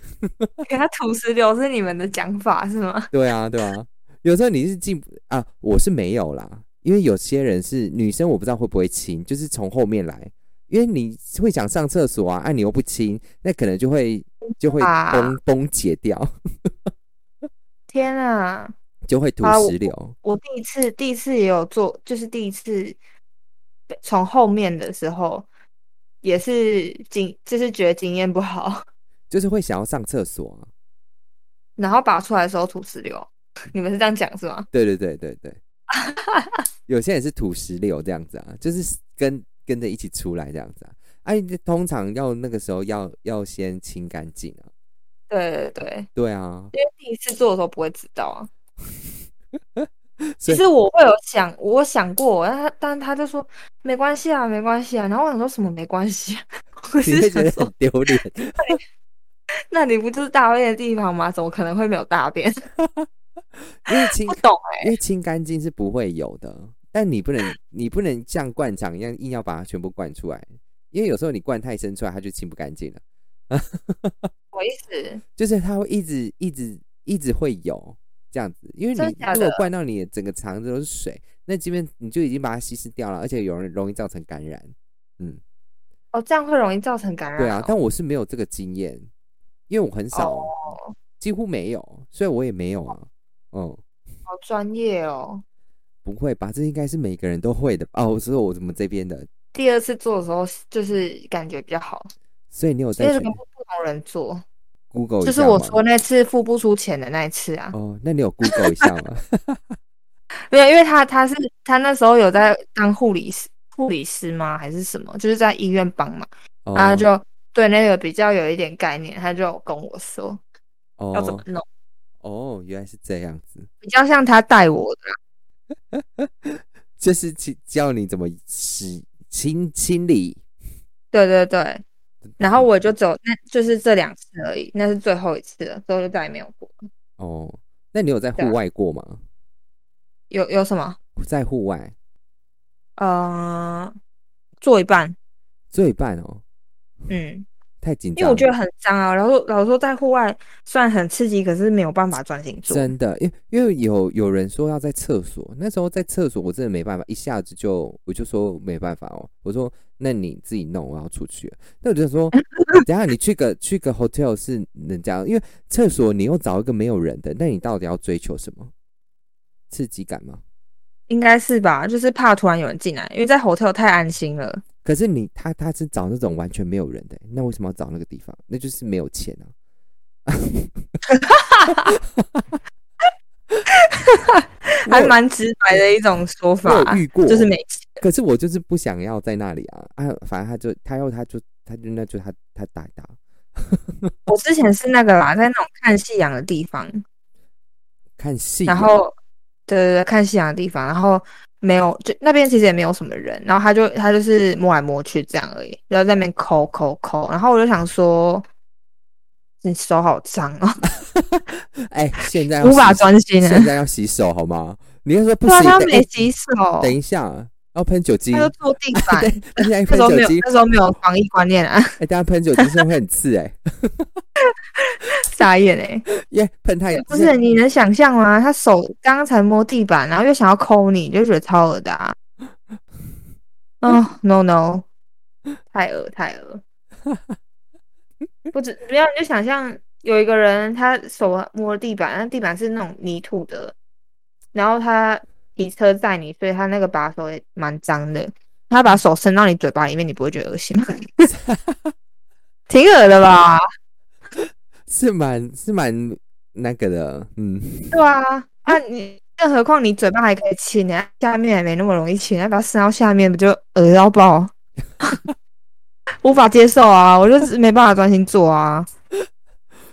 [SPEAKER 1] 给他土石流是你们的讲法是吗？
[SPEAKER 2] 对啊，对啊。有时候你是进啊，我是没有啦，因为有些人是女生，我不知道会不会亲，就是从后面来，因为你会想上厕所啊，啊你又不亲，那可能就会就会
[SPEAKER 1] 啊
[SPEAKER 2] 崩崩解掉，
[SPEAKER 1] 天啊！
[SPEAKER 2] 就会土
[SPEAKER 1] 啊我
[SPEAKER 2] 石流。
[SPEAKER 1] 我第一次第一次也有做，就是第一次被从后面的时候，也是经就是觉得经验不好，
[SPEAKER 2] 就是会想要上厕所啊。
[SPEAKER 1] 然后拔出来的时候吐石流。 你们是这样讲是吗？
[SPEAKER 2] 对对对对 对，有些人是土石流这样子啊，就是跟跟着一起出来这样子啊。哎、通常要那个时候要要先清干净啊。
[SPEAKER 1] 对对对，
[SPEAKER 2] 对啊，
[SPEAKER 1] 因为第一次做的时候不会知道啊。
[SPEAKER 2] 所
[SPEAKER 1] 其
[SPEAKER 2] 以
[SPEAKER 1] 实我会有想，我想过，但他但他就说没关系啊，没关系啊。然后我想说什么没关系、啊， 我
[SPEAKER 2] 你
[SPEAKER 1] 是
[SPEAKER 2] 会觉
[SPEAKER 1] 想
[SPEAKER 2] 得
[SPEAKER 1] 说
[SPEAKER 2] 很，丢脸。
[SPEAKER 1] 那你不就是大便的地方吗？怎么可能会没有大便？
[SPEAKER 2] 因为清
[SPEAKER 1] 不懂哎、
[SPEAKER 2] 因为清干净是不会有的，但你不能 你不能像灌肠一样硬要把它全部灌出来，因为有时候你灌太深出来，它就清不干净了。
[SPEAKER 1] 什么意思？
[SPEAKER 2] 就是它会一直一直一直会有这样子，因为你
[SPEAKER 1] 真的假
[SPEAKER 2] 如果
[SPEAKER 1] 的
[SPEAKER 2] 灌到你的整个肠子都是水，那这边你就已经把它稀释掉了，而且有人容易造成感染。嗯，
[SPEAKER 1] 哦，这样会容易造成感染、哦。
[SPEAKER 2] 对啊，但我是没有这个经验，因为我很少，
[SPEAKER 1] 哦
[SPEAKER 2] 几乎没有，所以我也没有啊。嗯，
[SPEAKER 1] 好专业哦。
[SPEAKER 2] 不会吧？这应该是每个人都会的吧哦。所以我怎么这边的
[SPEAKER 1] 第二次做的时候，就是感觉比较好，
[SPEAKER 2] 所以你
[SPEAKER 1] 因
[SPEAKER 2] 有
[SPEAKER 1] 为
[SPEAKER 2] 在
[SPEAKER 1] 是
[SPEAKER 2] 去
[SPEAKER 1] 跟不同人做，
[SPEAKER 2] Google
[SPEAKER 1] 就
[SPEAKER 2] 一
[SPEAKER 1] 是
[SPEAKER 2] 下
[SPEAKER 1] 我
[SPEAKER 2] 哦吗
[SPEAKER 1] 说那次付不出钱的那一次啊，
[SPEAKER 2] 哦，那你有 Google 一下吗？
[SPEAKER 1] 没有，因为他他是他那时候有在当护理师，护理师吗？还是什么？就是在医院帮忙，然
[SPEAKER 2] 哦
[SPEAKER 1] 后他啊就对那个比较有一点概念，他就有跟我说要怎么
[SPEAKER 2] 哦
[SPEAKER 1] 弄，
[SPEAKER 2] 哦，原来是这样子，
[SPEAKER 1] 比较像他带我的啦。
[SPEAKER 2] 就是其教你怎么使清清理。
[SPEAKER 1] 对对对，然后我就走，那就是这两次而已，那是最后一次了，之后就再也没有过。
[SPEAKER 2] 哦，那你有在
[SPEAKER 1] 对啊
[SPEAKER 2] 户外过吗？
[SPEAKER 1] 有有什么？
[SPEAKER 2] 在户外
[SPEAKER 1] 呃，做一半，
[SPEAKER 2] 做一半哦，
[SPEAKER 1] 嗯，
[SPEAKER 2] 太紧张了。
[SPEAKER 1] 因为我觉得很脏啊。然后老实说，在户外虽然很刺激，可是没有办法专心做。
[SPEAKER 2] 真的，因因为有有人说要在厕所，那时候在厕所我真的没办法，一下子就我就说没办法哦，我说那你自己弄，我要出去了。那我就想 说，等一下你去个去个 hotel 是人家，因为厕所你又找一个没有人的，那你到底要追求什么？刺激感吗？
[SPEAKER 1] 应该是吧，就是怕突然有人进来，因为在 hotel 太安心了。
[SPEAKER 2] 可是你他他是找那种完全没有人的，那为什么要找那个地方？那就是没有钱啊。 我
[SPEAKER 1] 还
[SPEAKER 2] 有
[SPEAKER 1] 蛮直白的一种说法
[SPEAKER 2] 我有，遇过，
[SPEAKER 1] 就是没钱。
[SPEAKER 2] 可是我就是不想要在那里啊啊！反正他就他要他就他就那就他他打一打，
[SPEAKER 1] 我之前是那个啦，在那种看夕阳的地方，
[SPEAKER 2] 看戏啊，
[SPEAKER 1] 然后对对对，看夕阳的地方，然后没有，就那边其实也没有什么人，然后他就他就是摸来摸去这样而已，然后在那边抠抠抠，然后我就想说，你手好脏哦，
[SPEAKER 2] 哎，现在 要
[SPEAKER 1] 无法
[SPEAKER 2] 洗手
[SPEAKER 1] 专心
[SPEAKER 2] 现
[SPEAKER 1] 啊。
[SPEAKER 2] 在要洗手好吗？你要说不
[SPEAKER 1] 对啊，
[SPEAKER 2] 行，
[SPEAKER 1] 他
[SPEAKER 2] 等
[SPEAKER 1] 没
[SPEAKER 2] 哎
[SPEAKER 1] 洗手，
[SPEAKER 2] 等一下要喷酒精
[SPEAKER 1] 他，就坐地板。
[SPEAKER 2] 对，等一下一
[SPEAKER 1] 那
[SPEAKER 2] 喷
[SPEAKER 1] 时候没
[SPEAKER 2] 酒
[SPEAKER 1] 有
[SPEAKER 2] 精，
[SPEAKER 1] 那时候没有防疫观念啊，
[SPEAKER 2] 哎，等一下喷酒精是会很刺哎，
[SPEAKER 1] 傻眼哎、
[SPEAKER 2] 耶，喷太
[SPEAKER 1] 不是你能想象吗？他手刚刚才摸地板，然后又想要抠你，就觉得超恶的啊！哦、no no，太恶太恶。不止不要，你就想象有一个人，他手摸地板，那地板是那种泥土的，然后他骑车载你，所以他那个把手也蛮脏的。他把手伸到你嘴巴里面，你不会觉得恶心吗？ 挺恶的吧？
[SPEAKER 2] 是蛮是蛮那个的，嗯，
[SPEAKER 1] 对啊，啊你，更何况你嘴巴还可以亲，你下面也没那么容易亲，那把它伸到下面不就恶到爆？ 无法接受啊，我就是没办法专心做啊。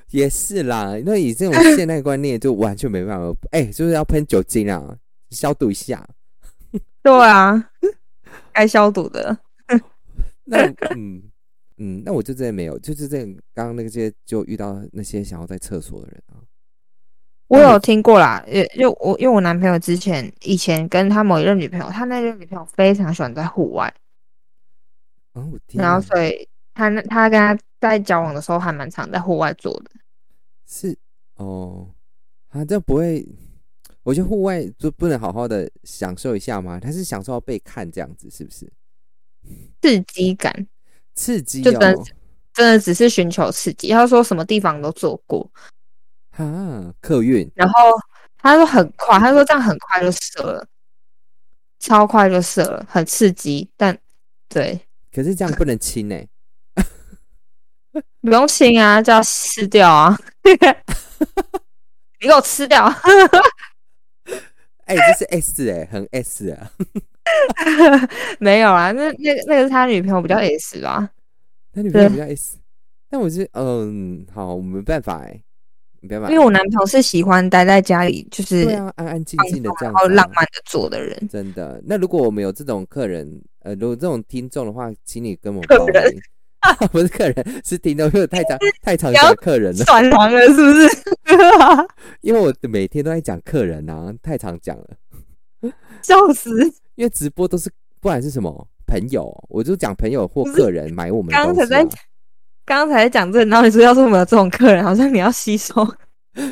[SPEAKER 2] 也是啦。那以这种现代观念就完全没办法，哎，就是要喷酒精啊，消毒一下。
[SPEAKER 1] 对啊，该消毒的。
[SPEAKER 2] 那嗯嗯，那我就真的没有，就是这刚刚那些就遇到那些想要在厕所的人啊。
[SPEAKER 1] 我有听过啦，也就我因为我男朋友之前以前跟他某一任女朋友，他那任女朋友非常喜欢在户外，
[SPEAKER 2] 哦，我天
[SPEAKER 1] 然后
[SPEAKER 2] 啊，
[SPEAKER 1] 所以他那他跟他在交往的时候还蛮常在户外做的。
[SPEAKER 2] 是哦，啊，这不会，我觉得户外就不能好好的享受一下吗？他是享受到被看这样子，是不是？
[SPEAKER 1] 刺激感
[SPEAKER 2] 刺激
[SPEAKER 1] 就真
[SPEAKER 2] 哦，
[SPEAKER 1] 真的只是寻求刺激，他说什么地方都做过，
[SPEAKER 2] 哈，客运
[SPEAKER 1] 然后他说很快，他说这样很快就射了，超快就射了，很刺激，但对，
[SPEAKER 2] 可是这样不能亲哎、
[SPEAKER 1] 不用亲啊，就要吃掉啊， 你给我吃掉，
[SPEAKER 2] 哎、这是 S 哎、很 S 啊，
[SPEAKER 1] 没有啊，那那个那个是他女朋友比较 S 吧，
[SPEAKER 2] 他女朋友
[SPEAKER 1] 对
[SPEAKER 2] 比较 S，但我是嗯，好，我没办法哎、没办法，
[SPEAKER 1] 因为我男朋友是喜欢待在家里，就是
[SPEAKER 2] 对啊，安安静
[SPEAKER 1] 放
[SPEAKER 2] 静的
[SPEAKER 1] 松
[SPEAKER 2] 这样
[SPEAKER 1] 然
[SPEAKER 2] 子、
[SPEAKER 1] 后
[SPEAKER 2] 啊，
[SPEAKER 1] 浪漫的做的 人，
[SPEAKER 2] 真的，那如果我们有这种客人，呃，如果这种听众的话，请你跟我们报
[SPEAKER 1] 客人
[SPEAKER 2] 名， 不是客人，是听众，因为我太 常太常
[SPEAKER 1] 你要
[SPEAKER 2] 讲客人了，
[SPEAKER 1] 转行了是 不是？,
[SPEAKER 2] 因为我每天都在讲客人啊，太常讲了，
[SPEAKER 1] 笑死！
[SPEAKER 2] 因为直播都是不管是什么朋友，我就讲朋友或
[SPEAKER 1] 不是
[SPEAKER 2] 客人买我们的
[SPEAKER 1] 刚
[SPEAKER 2] 东
[SPEAKER 1] 才
[SPEAKER 2] 西、啊
[SPEAKER 1] 在，刚才讲这，然后你说要是我们有这种客人，好像你要吸收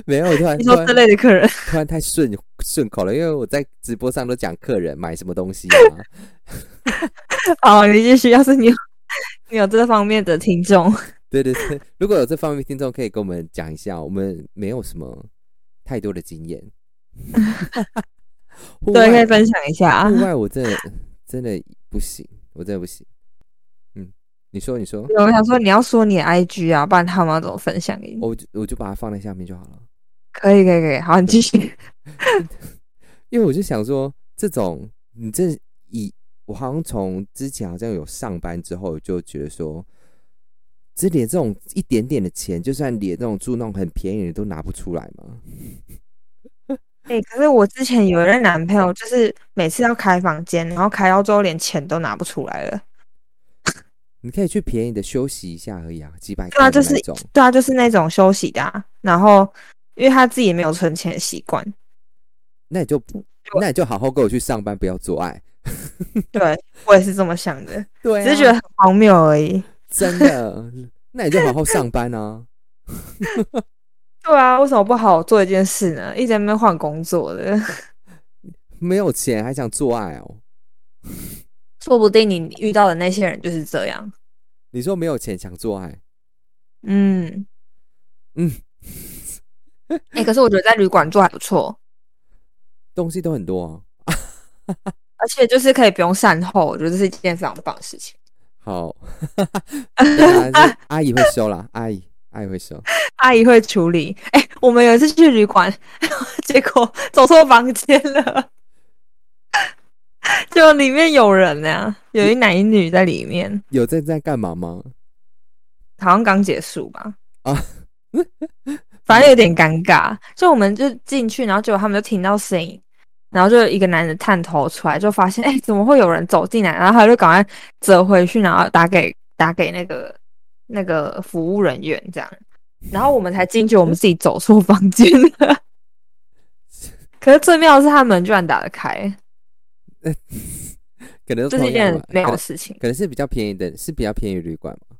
[SPEAKER 2] 没有，我突然
[SPEAKER 1] 吸
[SPEAKER 2] 突
[SPEAKER 1] 收
[SPEAKER 2] 然
[SPEAKER 1] 这类的客人。
[SPEAKER 2] 突然太顺顺口了，因为我在直播上都讲客人买什么东西啊，
[SPEAKER 1] 好，哦你继续。要是你有 你有这方面的听众，
[SPEAKER 2] 对对对， 如果有这方面听众可以跟我们讲一下，我们没有什么太多的经 验。户
[SPEAKER 1] 对，
[SPEAKER 2] 外
[SPEAKER 1] 可以分享一下啊。
[SPEAKER 2] 户外我真的真的不行，我真的不行。嗯，你说，你说，
[SPEAKER 1] 我想说你要说你的 IG 啊，不然他们要怎么分享给你？
[SPEAKER 2] 我就我就把它放在下面就好了。
[SPEAKER 1] 可以可以可以，好，你继续。
[SPEAKER 2] 因为我就想说，这种你这以我好像从之前好像有上班之后，就觉得说，这连这种一点点的钱，就算连这种住那种很便宜的都拿不出来嘛。
[SPEAKER 1] 哎、可是我之前有一任男朋友，就是每次要开房间，然后开到最后连钱都拿不出来了。
[SPEAKER 2] 你可以去便宜的休息一下而已啊，几百
[SPEAKER 1] 对啊
[SPEAKER 2] 块的
[SPEAKER 1] 就是
[SPEAKER 2] 那种。
[SPEAKER 1] 对啊，就是那种休息的、啊，然后因为他自己没有存钱的习惯，
[SPEAKER 2] 那你就那你就好好跟我去上班，不要做爱。
[SPEAKER 1] 对我也是这么想的，啊
[SPEAKER 2] 对啊
[SPEAKER 1] 只是觉得很荒谬而已。
[SPEAKER 2] 真的， 那你就好好上班啊。
[SPEAKER 1] 对啊，为什么不好好做一件事呢？一直在那边换工作的，
[SPEAKER 2] 没有钱还想做爱哦？
[SPEAKER 1] 说不定你遇到的那些人就是这样。
[SPEAKER 2] 你说没有钱想做爱？
[SPEAKER 1] 嗯
[SPEAKER 2] 嗯，
[SPEAKER 1] 哎、可是我觉得在旅馆做还不错，
[SPEAKER 2] 东西都很多啊。
[SPEAKER 1] 而且就是可以不用善后，我觉得这是一件非常棒的事情。
[SPEAKER 2] 好，对啊是阿姨会收啦，阿姨阿姨会收。
[SPEAKER 1] 阿姨会处理。哎、我们有一次去旅馆， 结果走错房间了， 就里面有人呢、有一男一女在里面，
[SPEAKER 2] 有在在干嘛吗？
[SPEAKER 1] 好像刚结束吧。
[SPEAKER 2] 啊，
[SPEAKER 1] 反正有点尴尬，就我们就进去，然后结果他们就听到声音。然后就有一个男的探头出来，就发现哎、怎么会有人走进来？然后他就赶快折回去，然后打给打给那个那个服务人员这样。然后我们才惊觉我们自己走错房间 了。可是最妙的是，他门居然打得开，
[SPEAKER 2] 可能
[SPEAKER 1] 这是
[SPEAKER 2] 同
[SPEAKER 1] 一
[SPEAKER 2] 样
[SPEAKER 1] 件
[SPEAKER 2] 吧
[SPEAKER 1] 没有
[SPEAKER 2] 可能
[SPEAKER 1] 事情。
[SPEAKER 2] 啊哦可能是比较便宜的，是比较便宜的旅馆嘛。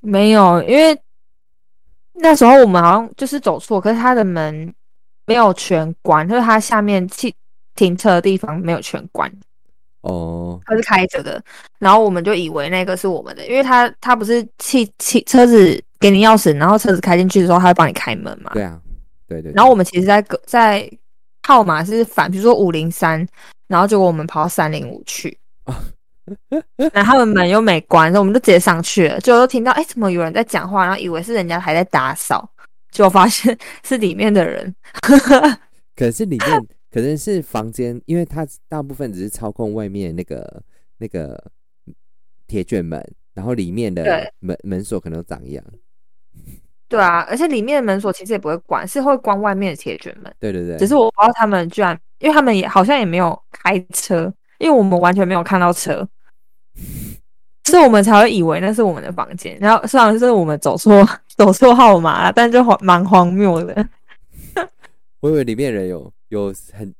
[SPEAKER 1] 没有，因为那时候我们好像就是走错，可是他的门没有全关，就是他下面汽停车的地方没有全关，
[SPEAKER 2] 哦，
[SPEAKER 1] 它是开着的。然后我们就以为那个是我们的，因为他他不是汽汽车子给你钥匙，然后车子开进去的时候，他会帮你开门嘛。
[SPEAKER 2] 对啊，对对对
[SPEAKER 1] 然后我们其实在隔在号码是反，比如说五零三，然后结果我们跑到三零五去
[SPEAKER 2] 啊，
[SPEAKER 1] 然后他们门又没关，所以我们就直接上去了，就都听到哎、诶怎么有人在讲话，然后以为是人家还在打扫，结果发现 是里面的人，
[SPEAKER 2] 可是里面可能是房间，因为它大部分只是操控外面那个那个铁卷门，然后里面的
[SPEAKER 1] 对
[SPEAKER 2] 门门锁可能都长一样。
[SPEAKER 1] 对啊，而且里面的门锁其实也不会关，是会关外面的铁卷门，
[SPEAKER 2] 对对对，
[SPEAKER 1] 只是我不知道他们居然，因为他们也好像也没有开车，因为我们完全没有看到车。所以我们才会以为那是我们的房间，然后虽然是我们走错走错号码了，但就荒蛮荒谬的。
[SPEAKER 2] 我以为里面人有有很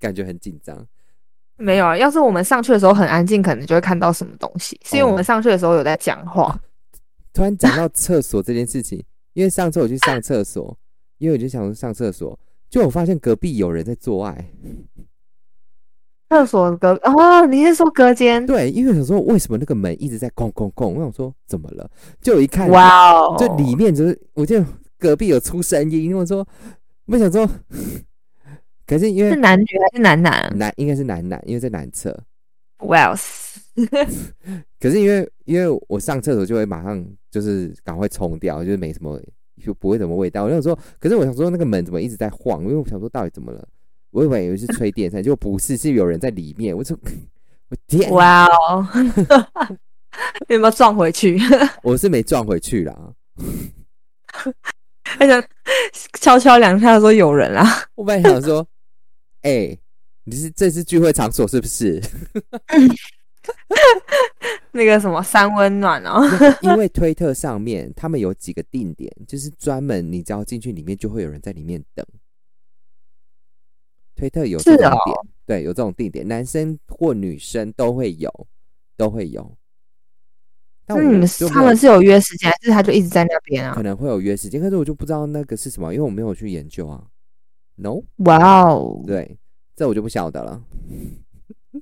[SPEAKER 2] 感觉很紧张。
[SPEAKER 1] 没有，啊，要是我们上去的时候很安静，可能就会看到什么东西，是因为我
[SPEAKER 2] 哦
[SPEAKER 1] 们上去的时候有在讲话。
[SPEAKER 2] 突然讲到厕所这件事情，因为上次我去上厕所，因为我就想上厕所，就我发现隔壁有人在做爱。
[SPEAKER 1] 厕所隔哦，你是说隔间？
[SPEAKER 2] 对，因为我想说为什么那个门一直在空空空，我想说怎么了？就我一看，
[SPEAKER 1] 哇哦，
[SPEAKER 2] 就里面就是，我记得隔壁有出声音，我说，我想说，可是因
[SPEAKER 1] 是
[SPEAKER 2] 为
[SPEAKER 1] 男女还是男男
[SPEAKER 2] 男应该是男男，因为在男厕，
[SPEAKER 1] ？Wells，
[SPEAKER 2] 可是因为因为我上厕所就会马上就是赶快冲掉，就是没什么就不会什么味道。我就想说，可是我想说那个门怎么一直在晃，因为我想说到底怎么了？我以为是吹电扇，就不是，是有人在里面。我说，我天，
[SPEAKER 1] 哇哦， 你有没有撞回去？
[SPEAKER 2] 我是没撞回去啦。
[SPEAKER 1] 他想敲敲两下说有人啊，
[SPEAKER 2] 我本来想说， 哎、你是这是聚会场所是不是？
[SPEAKER 1] 那个什么三温暖哦。
[SPEAKER 2] 因为推特上面他们有几个定点，就是专门你只要进去里面，就会有人在里面等。推特有
[SPEAKER 1] 是
[SPEAKER 2] 这种
[SPEAKER 1] 哦
[SPEAKER 2] 点，对，有这种定点，男生或女生都会有，都会有。但我
[SPEAKER 1] 那你们
[SPEAKER 2] 就
[SPEAKER 1] 嗯
[SPEAKER 2] 没
[SPEAKER 1] 他
[SPEAKER 2] 有
[SPEAKER 1] 们是有约时间，还是他就一直在那边啊
[SPEAKER 2] 可？能会有约时间，可是我就不知道那个是什么，因为我没有去研究啊。No，
[SPEAKER 1] 哇哦，
[SPEAKER 2] 对，这我就不晓得了。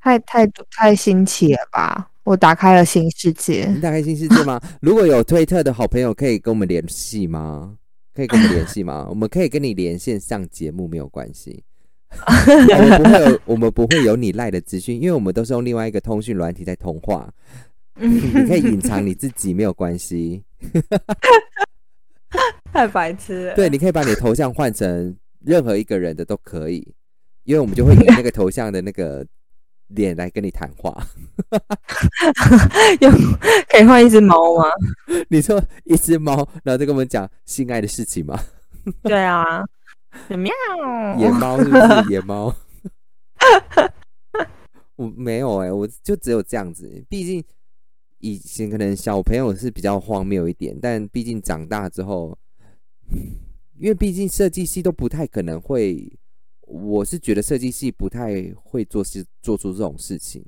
[SPEAKER 1] 太太多太新奇了吧！我打开了新世界
[SPEAKER 2] 你。打开新世界吗？如果有推特的好朋友，可以跟我们联系吗？可以跟我们联系吗？我们可以跟你连线上节目，没有关系。我们不会有，我们不会有你赖的资讯，因为我们都是用另外一个通讯软体在通话。 你可以隐藏你自己，没有关系。
[SPEAKER 1] 太白痴了。
[SPEAKER 2] 对，你可以把你的头像换成任何一个人的都可以，因为我们就会以那个头像的那个脸来跟你谈话。
[SPEAKER 1] 有 可以换一只猫吗？
[SPEAKER 2] 你说一只猫，然后再跟我们讲性爱的事情吗？
[SPEAKER 1] 对啊，喵。嗯
[SPEAKER 2] 野猫是不是野猫？ 我没有哎、我就只有这样子。毕竟以前可能小朋友是比较荒谬一点，但毕竟长大之后，因为毕竟设计系都不太可能会，我是觉得设计系不太会做事做出这种事情，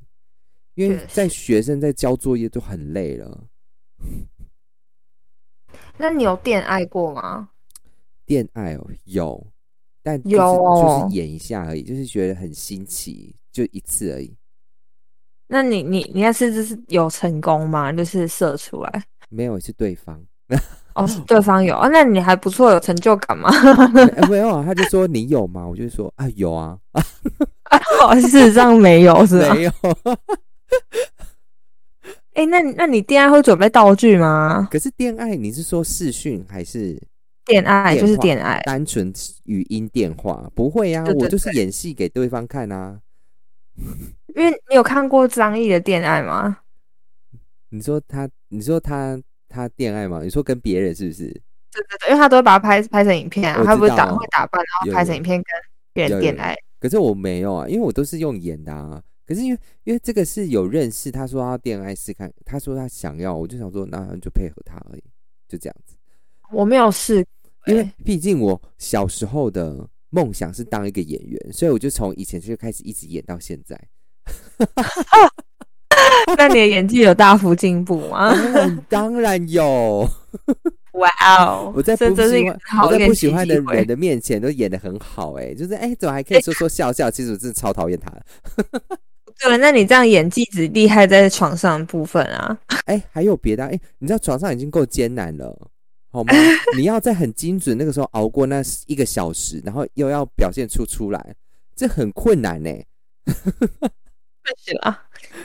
[SPEAKER 2] 因为
[SPEAKER 1] 确实
[SPEAKER 2] 在学生在交作业就很累了。
[SPEAKER 1] 那你有恋爱过吗？
[SPEAKER 2] 恋爱哦，有，但就是、
[SPEAKER 1] 有哦
[SPEAKER 2] 就是演一下而已，就是觉得很新奇，就一次而已。
[SPEAKER 1] 那你你你那次就是有成功吗？就是射出来
[SPEAKER 2] 没有是对方，
[SPEAKER 1] 哦，是对方有啊，那你还不错，有成就感嘛？
[SPEAKER 2] 没没有啊，他就说你有吗？我就说啊有啊，
[SPEAKER 1] 哦事实上没有是啊吗？
[SPEAKER 2] 没有，
[SPEAKER 1] 哎、那你那你恋爱会准备道具吗？
[SPEAKER 2] 可是恋爱你是说视讯还是
[SPEAKER 1] 恋爱就是
[SPEAKER 2] 电
[SPEAKER 1] 恋爱
[SPEAKER 2] 单纯语音电话？不会啊，
[SPEAKER 1] 对对
[SPEAKER 2] 我就是演戏给对方看啊。
[SPEAKER 1] 因为你有看过张译的《恋爱》吗？
[SPEAKER 2] 你说他，你说他他恋爱吗？你说跟别人是不是？
[SPEAKER 1] 对对对，因为他都会把它拍拍成影片啊，
[SPEAKER 2] 我知道
[SPEAKER 1] 他不是打会打扮，
[SPEAKER 2] 有
[SPEAKER 1] 然后拍成影片跟别
[SPEAKER 2] 有
[SPEAKER 1] 人
[SPEAKER 2] 有
[SPEAKER 1] 恋爱。
[SPEAKER 2] 可是我没有啊，因为我都是用演的啊。可是因为因为这个是有认识，他说他恋爱试看，他说他想要，我就想说那就配合他而已，就这样子。
[SPEAKER 1] 我没有试，
[SPEAKER 2] 因为毕竟我小时候的梦想是当一个演员，所以我就从以前就开始一直演到现 在。
[SPEAKER 1] 那你的演技有大幅进步啊吗？
[SPEAKER 2] 当然哦当然有，
[SPEAKER 1] 哇哦，
[SPEAKER 2] 我在
[SPEAKER 1] 这
[SPEAKER 2] 不
[SPEAKER 1] 真是
[SPEAKER 2] 喜
[SPEAKER 1] 一个
[SPEAKER 2] 欢
[SPEAKER 1] 很好
[SPEAKER 2] 我在
[SPEAKER 1] 练
[SPEAKER 2] 不
[SPEAKER 1] 习
[SPEAKER 2] 喜欢
[SPEAKER 1] 机
[SPEAKER 2] 的
[SPEAKER 1] 会
[SPEAKER 2] 人。的面前都演的很好、哎，就是哎、怎么还可以说说笑笑？其实我真的超讨厌他的。
[SPEAKER 1] 对，那你这样演技只厉害在床上的部分啊。
[SPEAKER 2] 哎、还有别的啊、哎、你知道床上已经够艰难了。好吗？你要在很精准那个时候熬过那一个小时，然后又要表现出出来，这很困难欸呢、
[SPEAKER 1] 是啦，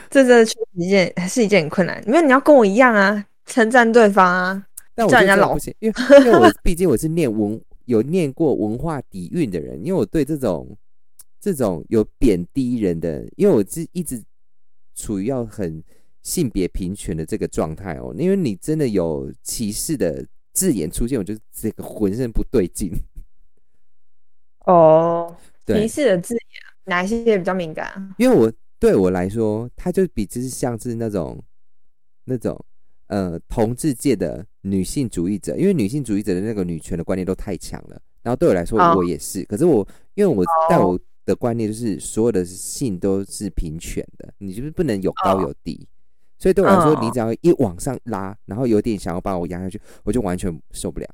[SPEAKER 1] 这真的是一件是一件很困难，因为你要跟我一样啊，称赞对方啊。
[SPEAKER 2] 但我
[SPEAKER 1] 叫人
[SPEAKER 2] 就
[SPEAKER 1] 家
[SPEAKER 2] 真的
[SPEAKER 1] 老
[SPEAKER 2] 不行，因为因为我毕竟我是念文有念过文化底蕴的人，因为我对这种这种有贬低人的，因为我是一直处于要很性别平权的这个状态哦，因为你真的有歧视的字眼出现，我就这个浑身不对劲。
[SPEAKER 1] 哦，
[SPEAKER 2] 对
[SPEAKER 1] 歧，视的字眼，哪一些比较敏感啊？
[SPEAKER 2] 因为我对我来说，它就比之像是那种那种呃同志界的女性主义者，因为女性主义者的那个女权的观念都太强了。然后对我来说，
[SPEAKER 1] 哦
[SPEAKER 2] 我也是，可是我因为我在我的观念就是所有的性都是平权的，你就是不能有高有低。所以对我来说，
[SPEAKER 1] 哦
[SPEAKER 2] 你只要一往上拉，然后有点想要把我压下去，我就完全受不了。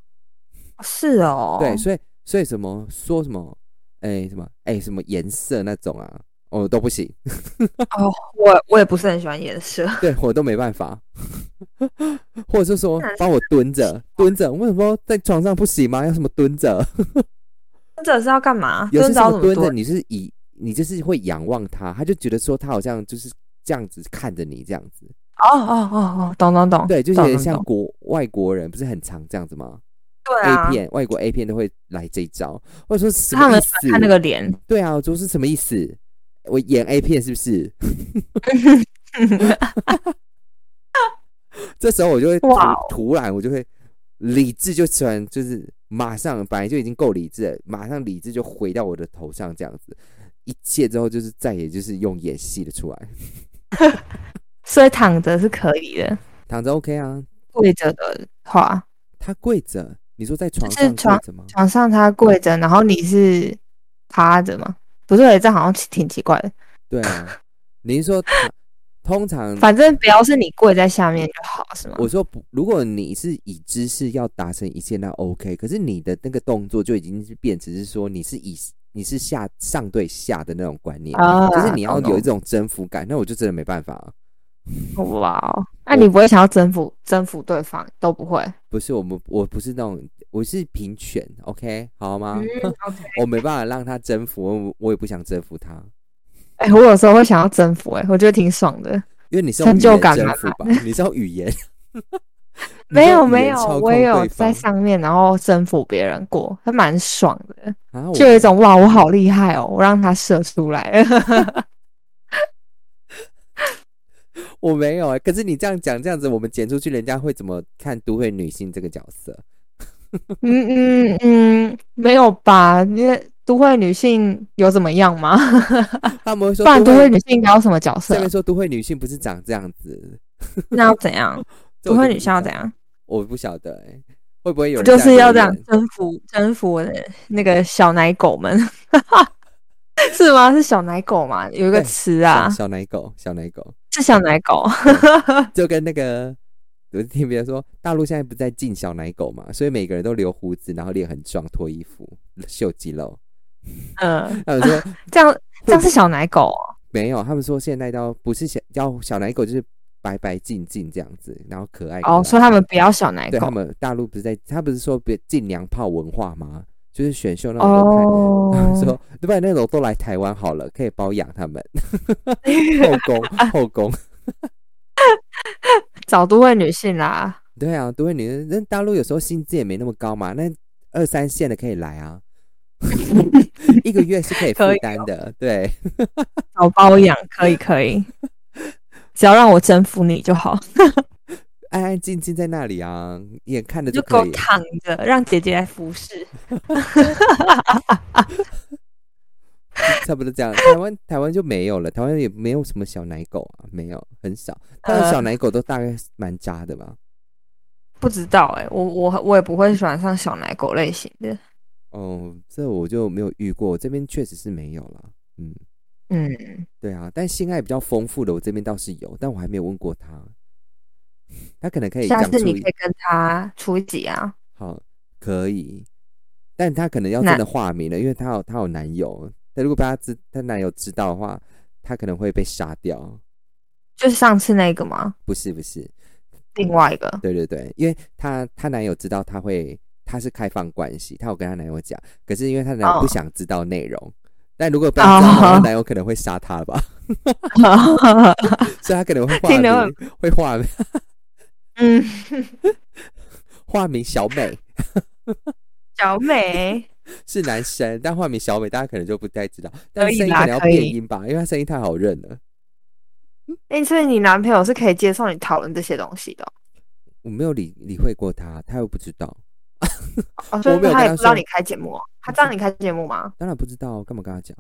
[SPEAKER 1] 是哦，
[SPEAKER 2] 对，所以所以什么说什么，哎、什么哎、什么颜色那种啊，我都不行。
[SPEAKER 1] 我我也不是很喜欢颜 色。
[SPEAKER 2] 对我都没办法， 或者是说
[SPEAKER 1] 那
[SPEAKER 2] 帮我蹲着蹲着，为什么在床上不行吗？要什么蹲着？
[SPEAKER 1] 蹲着是要干嘛？
[SPEAKER 2] 有
[SPEAKER 1] 蹲
[SPEAKER 2] 些时
[SPEAKER 1] 着要怎
[SPEAKER 2] 候
[SPEAKER 1] 么
[SPEAKER 2] 蹲着，
[SPEAKER 1] 蹲？
[SPEAKER 2] 你是以你就是会仰望他，他就觉得说他好像就是这样子看着你这样子，
[SPEAKER 1] 哦哦哦哦，懂懂懂，
[SPEAKER 2] 对，就是有
[SPEAKER 1] 懂
[SPEAKER 2] 点
[SPEAKER 1] 懂
[SPEAKER 2] 像
[SPEAKER 1] 懂
[SPEAKER 2] 国外国人不是很常这样子吗、
[SPEAKER 1] 对
[SPEAKER 2] a
[SPEAKER 1] 啊，
[SPEAKER 2] 片外国 A 片都会来这一招，或者说什
[SPEAKER 1] 他
[SPEAKER 2] 么
[SPEAKER 1] 们
[SPEAKER 2] 意
[SPEAKER 1] 喜
[SPEAKER 2] 思？
[SPEAKER 1] 欢看那个脸，
[SPEAKER 2] 对啊，我说是什么意思？我演 A 片是不是？这时候我就会突
[SPEAKER 1] 哇哦
[SPEAKER 2] 突然我就会理智就突然就是马上本来就已经够理智了，马上理智就回到我的头上这样子，一切之后就是再也就是用演戏的出来，
[SPEAKER 1] 所以躺着是可以的，
[SPEAKER 2] 躺着 OK 啊，
[SPEAKER 1] 跪着的话，
[SPEAKER 2] 他跪着，你说在床
[SPEAKER 1] 就是
[SPEAKER 2] 上
[SPEAKER 1] 床
[SPEAKER 2] 跪着吗？
[SPEAKER 1] 床上他跪着，然后你是趴着嘛？不对，这好像挺奇怪的。
[SPEAKER 2] 对啊，您说躺通常
[SPEAKER 1] 反正不要是你跪在下面就好，是吗？
[SPEAKER 2] 嗯我说不，如果你是以姿势要达成一切，那 OK。可是你的那个动作就已经是变，只是说你是以你是下上对下的那种观念，
[SPEAKER 1] 啊
[SPEAKER 2] 就是你要
[SPEAKER 1] 懂
[SPEAKER 2] 有一种征服感。那我就真的没办法了。
[SPEAKER 1] 哦啊哇哦，那你不会想要征服征服对方，都不会。
[SPEAKER 2] 啊不是我们，我不是那种，我是平权，OK，好吗？
[SPEAKER 3] 嗯，OK，
[SPEAKER 2] 我没办法让他征服，我我也不想征服他，
[SPEAKER 1] 哎、我有时候会想要征服、哎，我觉得挺爽的。
[SPEAKER 2] 因为你是用
[SPEAKER 1] 成
[SPEAKER 2] 语
[SPEAKER 1] 就
[SPEAKER 2] 言
[SPEAKER 1] 感
[SPEAKER 2] 征
[SPEAKER 1] 嘛
[SPEAKER 2] 服吧？你是用语言？ 你
[SPEAKER 1] 没
[SPEAKER 2] 是
[SPEAKER 1] 有
[SPEAKER 2] 用语
[SPEAKER 1] 没
[SPEAKER 2] 言
[SPEAKER 1] 有
[SPEAKER 2] 操，
[SPEAKER 1] 我
[SPEAKER 2] 控
[SPEAKER 1] 也有
[SPEAKER 2] 对
[SPEAKER 1] 在
[SPEAKER 2] 方
[SPEAKER 1] 上面，然后征服别人过，还蛮爽的，
[SPEAKER 2] 啊，我
[SPEAKER 1] 就有一
[SPEAKER 2] 没
[SPEAKER 1] 种哇，我好厉害哦，我让他射出来了。
[SPEAKER 2] 我没有哎、可是你这样讲这样子，我们剪出去，人家会怎么看都会女性这个角色？
[SPEAKER 1] 嗯嗯嗯，没有吧？那都会女性有怎么样吗？
[SPEAKER 2] 他们会说
[SPEAKER 1] 不然
[SPEAKER 2] 都
[SPEAKER 1] 都
[SPEAKER 2] 会
[SPEAKER 1] 会女性应该有什么角色
[SPEAKER 2] 下？面说都会女性不是长这样子，
[SPEAKER 1] 那要怎样？
[SPEAKER 2] 这
[SPEAKER 1] 都
[SPEAKER 2] 我
[SPEAKER 1] 会女
[SPEAKER 2] 就不
[SPEAKER 1] 性要
[SPEAKER 2] 知
[SPEAKER 1] 怎
[SPEAKER 2] 道？
[SPEAKER 1] 样？
[SPEAKER 2] 我不晓得哎、会不会有
[SPEAKER 1] 不
[SPEAKER 2] 人
[SPEAKER 1] 就是要这
[SPEAKER 2] 留
[SPEAKER 1] 样
[SPEAKER 2] 言
[SPEAKER 1] 征服征服我的那个小奶狗们？ 是吗？是小奶狗吗？有一个
[SPEAKER 2] 对
[SPEAKER 1] 词
[SPEAKER 2] 小
[SPEAKER 1] 啊，
[SPEAKER 2] 小奶狗，小奶狗，
[SPEAKER 1] 是小奶狗。
[SPEAKER 2] 就跟那个。我听别人说，大陆现在不在禁小奶狗嘛，所以每个人都留胡子，然后脸很壮，脱衣服， 秀肌肉。
[SPEAKER 1] 嗯，
[SPEAKER 2] 他们 说
[SPEAKER 1] 这样这样是小奶狗哦。
[SPEAKER 2] 没有，他们说现在要不是小要小奶狗，就是白白净净这样子，然后可爱
[SPEAKER 1] 哦，
[SPEAKER 2] 可
[SPEAKER 1] 说
[SPEAKER 2] 爱
[SPEAKER 1] 他们不要小奶
[SPEAKER 2] 对
[SPEAKER 1] 狗
[SPEAKER 2] 他们大陆不是在，他不是说别进娘炮文化吗？就是选秀那种都看，他们
[SPEAKER 1] 哦，
[SPEAKER 2] 说对吧？那种都来台湾好了，可以包养他们 后
[SPEAKER 1] 啊
[SPEAKER 2] 宫后宫。
[SPEAKER 1] 找都会女性 啦。
[SPEAKER 2] 对啊，都会女生，那大陆有时候薪资也没那么高嘛，那二三线的可以来啊， 一个月是可以负
[SPEAKER 1] 可以哦
[SPEAKER 2] 担的。对，
[SPEAKER 1] 找包养可以可以，只要让我征服你就好，
[SPEAKER 2] 安安静静在那里啊，眼看着
[SPEAKER 1] 你就给
[SPEAKER 2] 可
[SPEAKER 1] 我
[SPEAKER 2] 以。
[SPEAKER 1] 躺着，让姐姐来服侍。
[SPEAKER 2] 差不多这样。台湾台湾就没有了，台湾也没有什么小奶狗啊，没有很少。但是
[SPEAKER 1] 呃
[SPEAKER 2] 小奶狗都大概是蛮渣的吧？
[SPEAKER 1] 不知道哎、我我我也不会喜欢上小奶狗类型的。
[SPEAKER 2] 哦，这我就没有遇过，我这边确实是没有了。嗯，
[SPEAKER 1] 嗯，
[SPEAKER 2] 对啊，但性爱比较丰富的，我这边倒是有，但我还没有问过他。 他可能可以
[SPEAKER 1] 下
[SPEAKER 2] 讲
[SPEAKER 1] 次
[SPEAKER 2] 出
[SPEAKER 1] 你
[SPEAKER 2] 一
[SPEAKER 1] 可以跟他出一集啊。
[SPEAKER 2] 好可以，但他可能要
[SPEAKER 1] 那
[SPEAKER 2] 真的化名了，因为他有他有男友，但如果被他知他男友知道的话，他可能会被杀掉。
[SPEAKER 1] 就是上次那个吗？
[SPEAKER 2] 不是不是，
[SPEAKER 1] 另外一 个，
[SPEAKER 2] 对对对，因为她她男友知道她会，她是开放关系，她有跟她男友讲，可是因为她男友
[SPEAKER 1] 哦
[SPEAKER 2] 不想知道内容，但如果被她知道的话，她
[SPEAKER 1] 哦
[SPEAKER 2] 男友可能会杀她吧，所以她可能会化
[SPEAKER 1] 听得
[SPEAKER 2] 名，会化名
[SPEAKER 1] 嗯，
[SPEAKER 2] 化名小美
[SPEAKER 1] 小美，
[SPEAKER 2] 是男生，但化名小美大家可能就不太知道，但
[SPEAKER 1] 可以
[SPEAKER 2] 声音
[SPEAKER 1] 啦
[SPEAKER 2] 可能要
[SPEAKER 1] 可以
[SPEAKER 2] 变音吧，因为她声音太好认了。
[SPEAKER 1] 哎、所以你男朋友是可以接受你讨论这些东西的哦、
[SPEAKER 2] 我没有理理会过她，她又不知道，
[SPEAKER 1] 哦，所
[SPEAKER 2] 我
[SPEAKER 1] 以
[SPEAKER 2] 没有
[SPEAKER 1] 他也
[SPEAKER 2] 跟他
[SPEAKER 1] 不知道
[SPEAKER 2] 说
[SPEAKER 1] 你开节目、哦，他知道你开节目吗？
[SPEAKER 2] 当然不知道，干嘛跟她讲？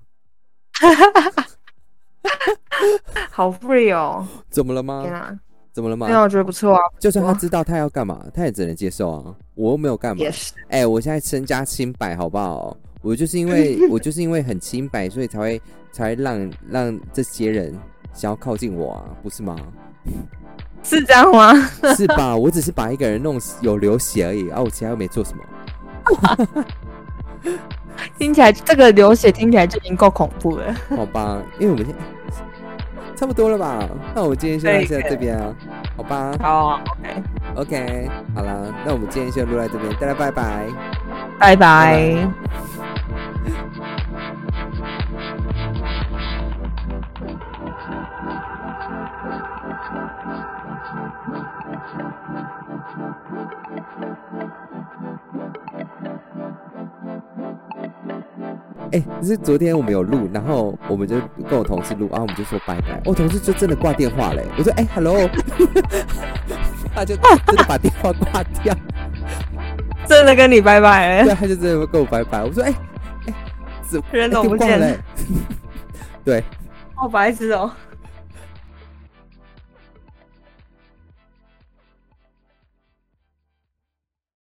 [SPEAKER 1] 好 free 哦，
[SPEAKER 2] 怎么了
[SPEAKER 1] 天
[SPEAKER 2] 吗？
[SPEAKER 1] 啊！
[SPEAKER 2] 怎么了
[SPEAKER 1] 没有，
[SPEAKER 2] 吗？
[SPEAKER 1] 我觉得不错啊，
[SPEAKER 2] 就算她
[SPEAKER 1] 哇
[SPEAKER 2] 知道她要干嘛，她也只能接受啊。我又没有干嘛
[SPEAKER 1] 也，是，
[SPEAKER 2] 哎、我现在身家清白，好不好？我就是 因为我就是因为很清白，所以才会才会让让这些人想要靠近我啊，不是吗？
[SPEAKER 1] 是这样吗？
[SPEAKER 2] 是吧？我只是把一个人弄死有流血而已啊，我其他又没做什么。
[SPEAKER 1] 听起来这个流血听起来就已经够恐怖了。
[SPEAKER 2] 好吧，因为我们现在差不多了吧？那我们今天先
[SPEAKER 1] 可
[SPEAKER 2] 到
[SPEAKER 1] 以
[SPEAKER 2] 现在
[SPEAKER 1] 可以
[SPEAKER 2] 这边啊，好吧
[SPEAKER 1] 好、啊、，OK，
[SPEAKER 2] ？OK，好啦，那我们今天先录到这边，大家拜拜。
[SPEAKER 1] 拜
[SPEAKER 2] 拜
[SPEAKER 1] 拜
[SPEAKER 2] 哎、是昨天我们有录，然后我们就跟我同事录，然后我们就说拜拜，我同事就真的挂电话嘞、我说哎、h e l l o 他就真的把电话挂掉，
[SPEAKER 1] 真的跟你拜拜
[SPEAKER 2] 对，
[SPEAKER 1] 了，
[SPEAKER 2] 他就真的跟我拜拜。我说哎哎、怎么
[SPEAKER 1] 人怎么不
[SPEAKER 2] 挂
[SPEAKER 1] 见
[SPEAKER 2] 了
[SPEAKER 1] 了
[SPEAKER 2] 欸、对，
[SPEAKER 1] 好白痴哦。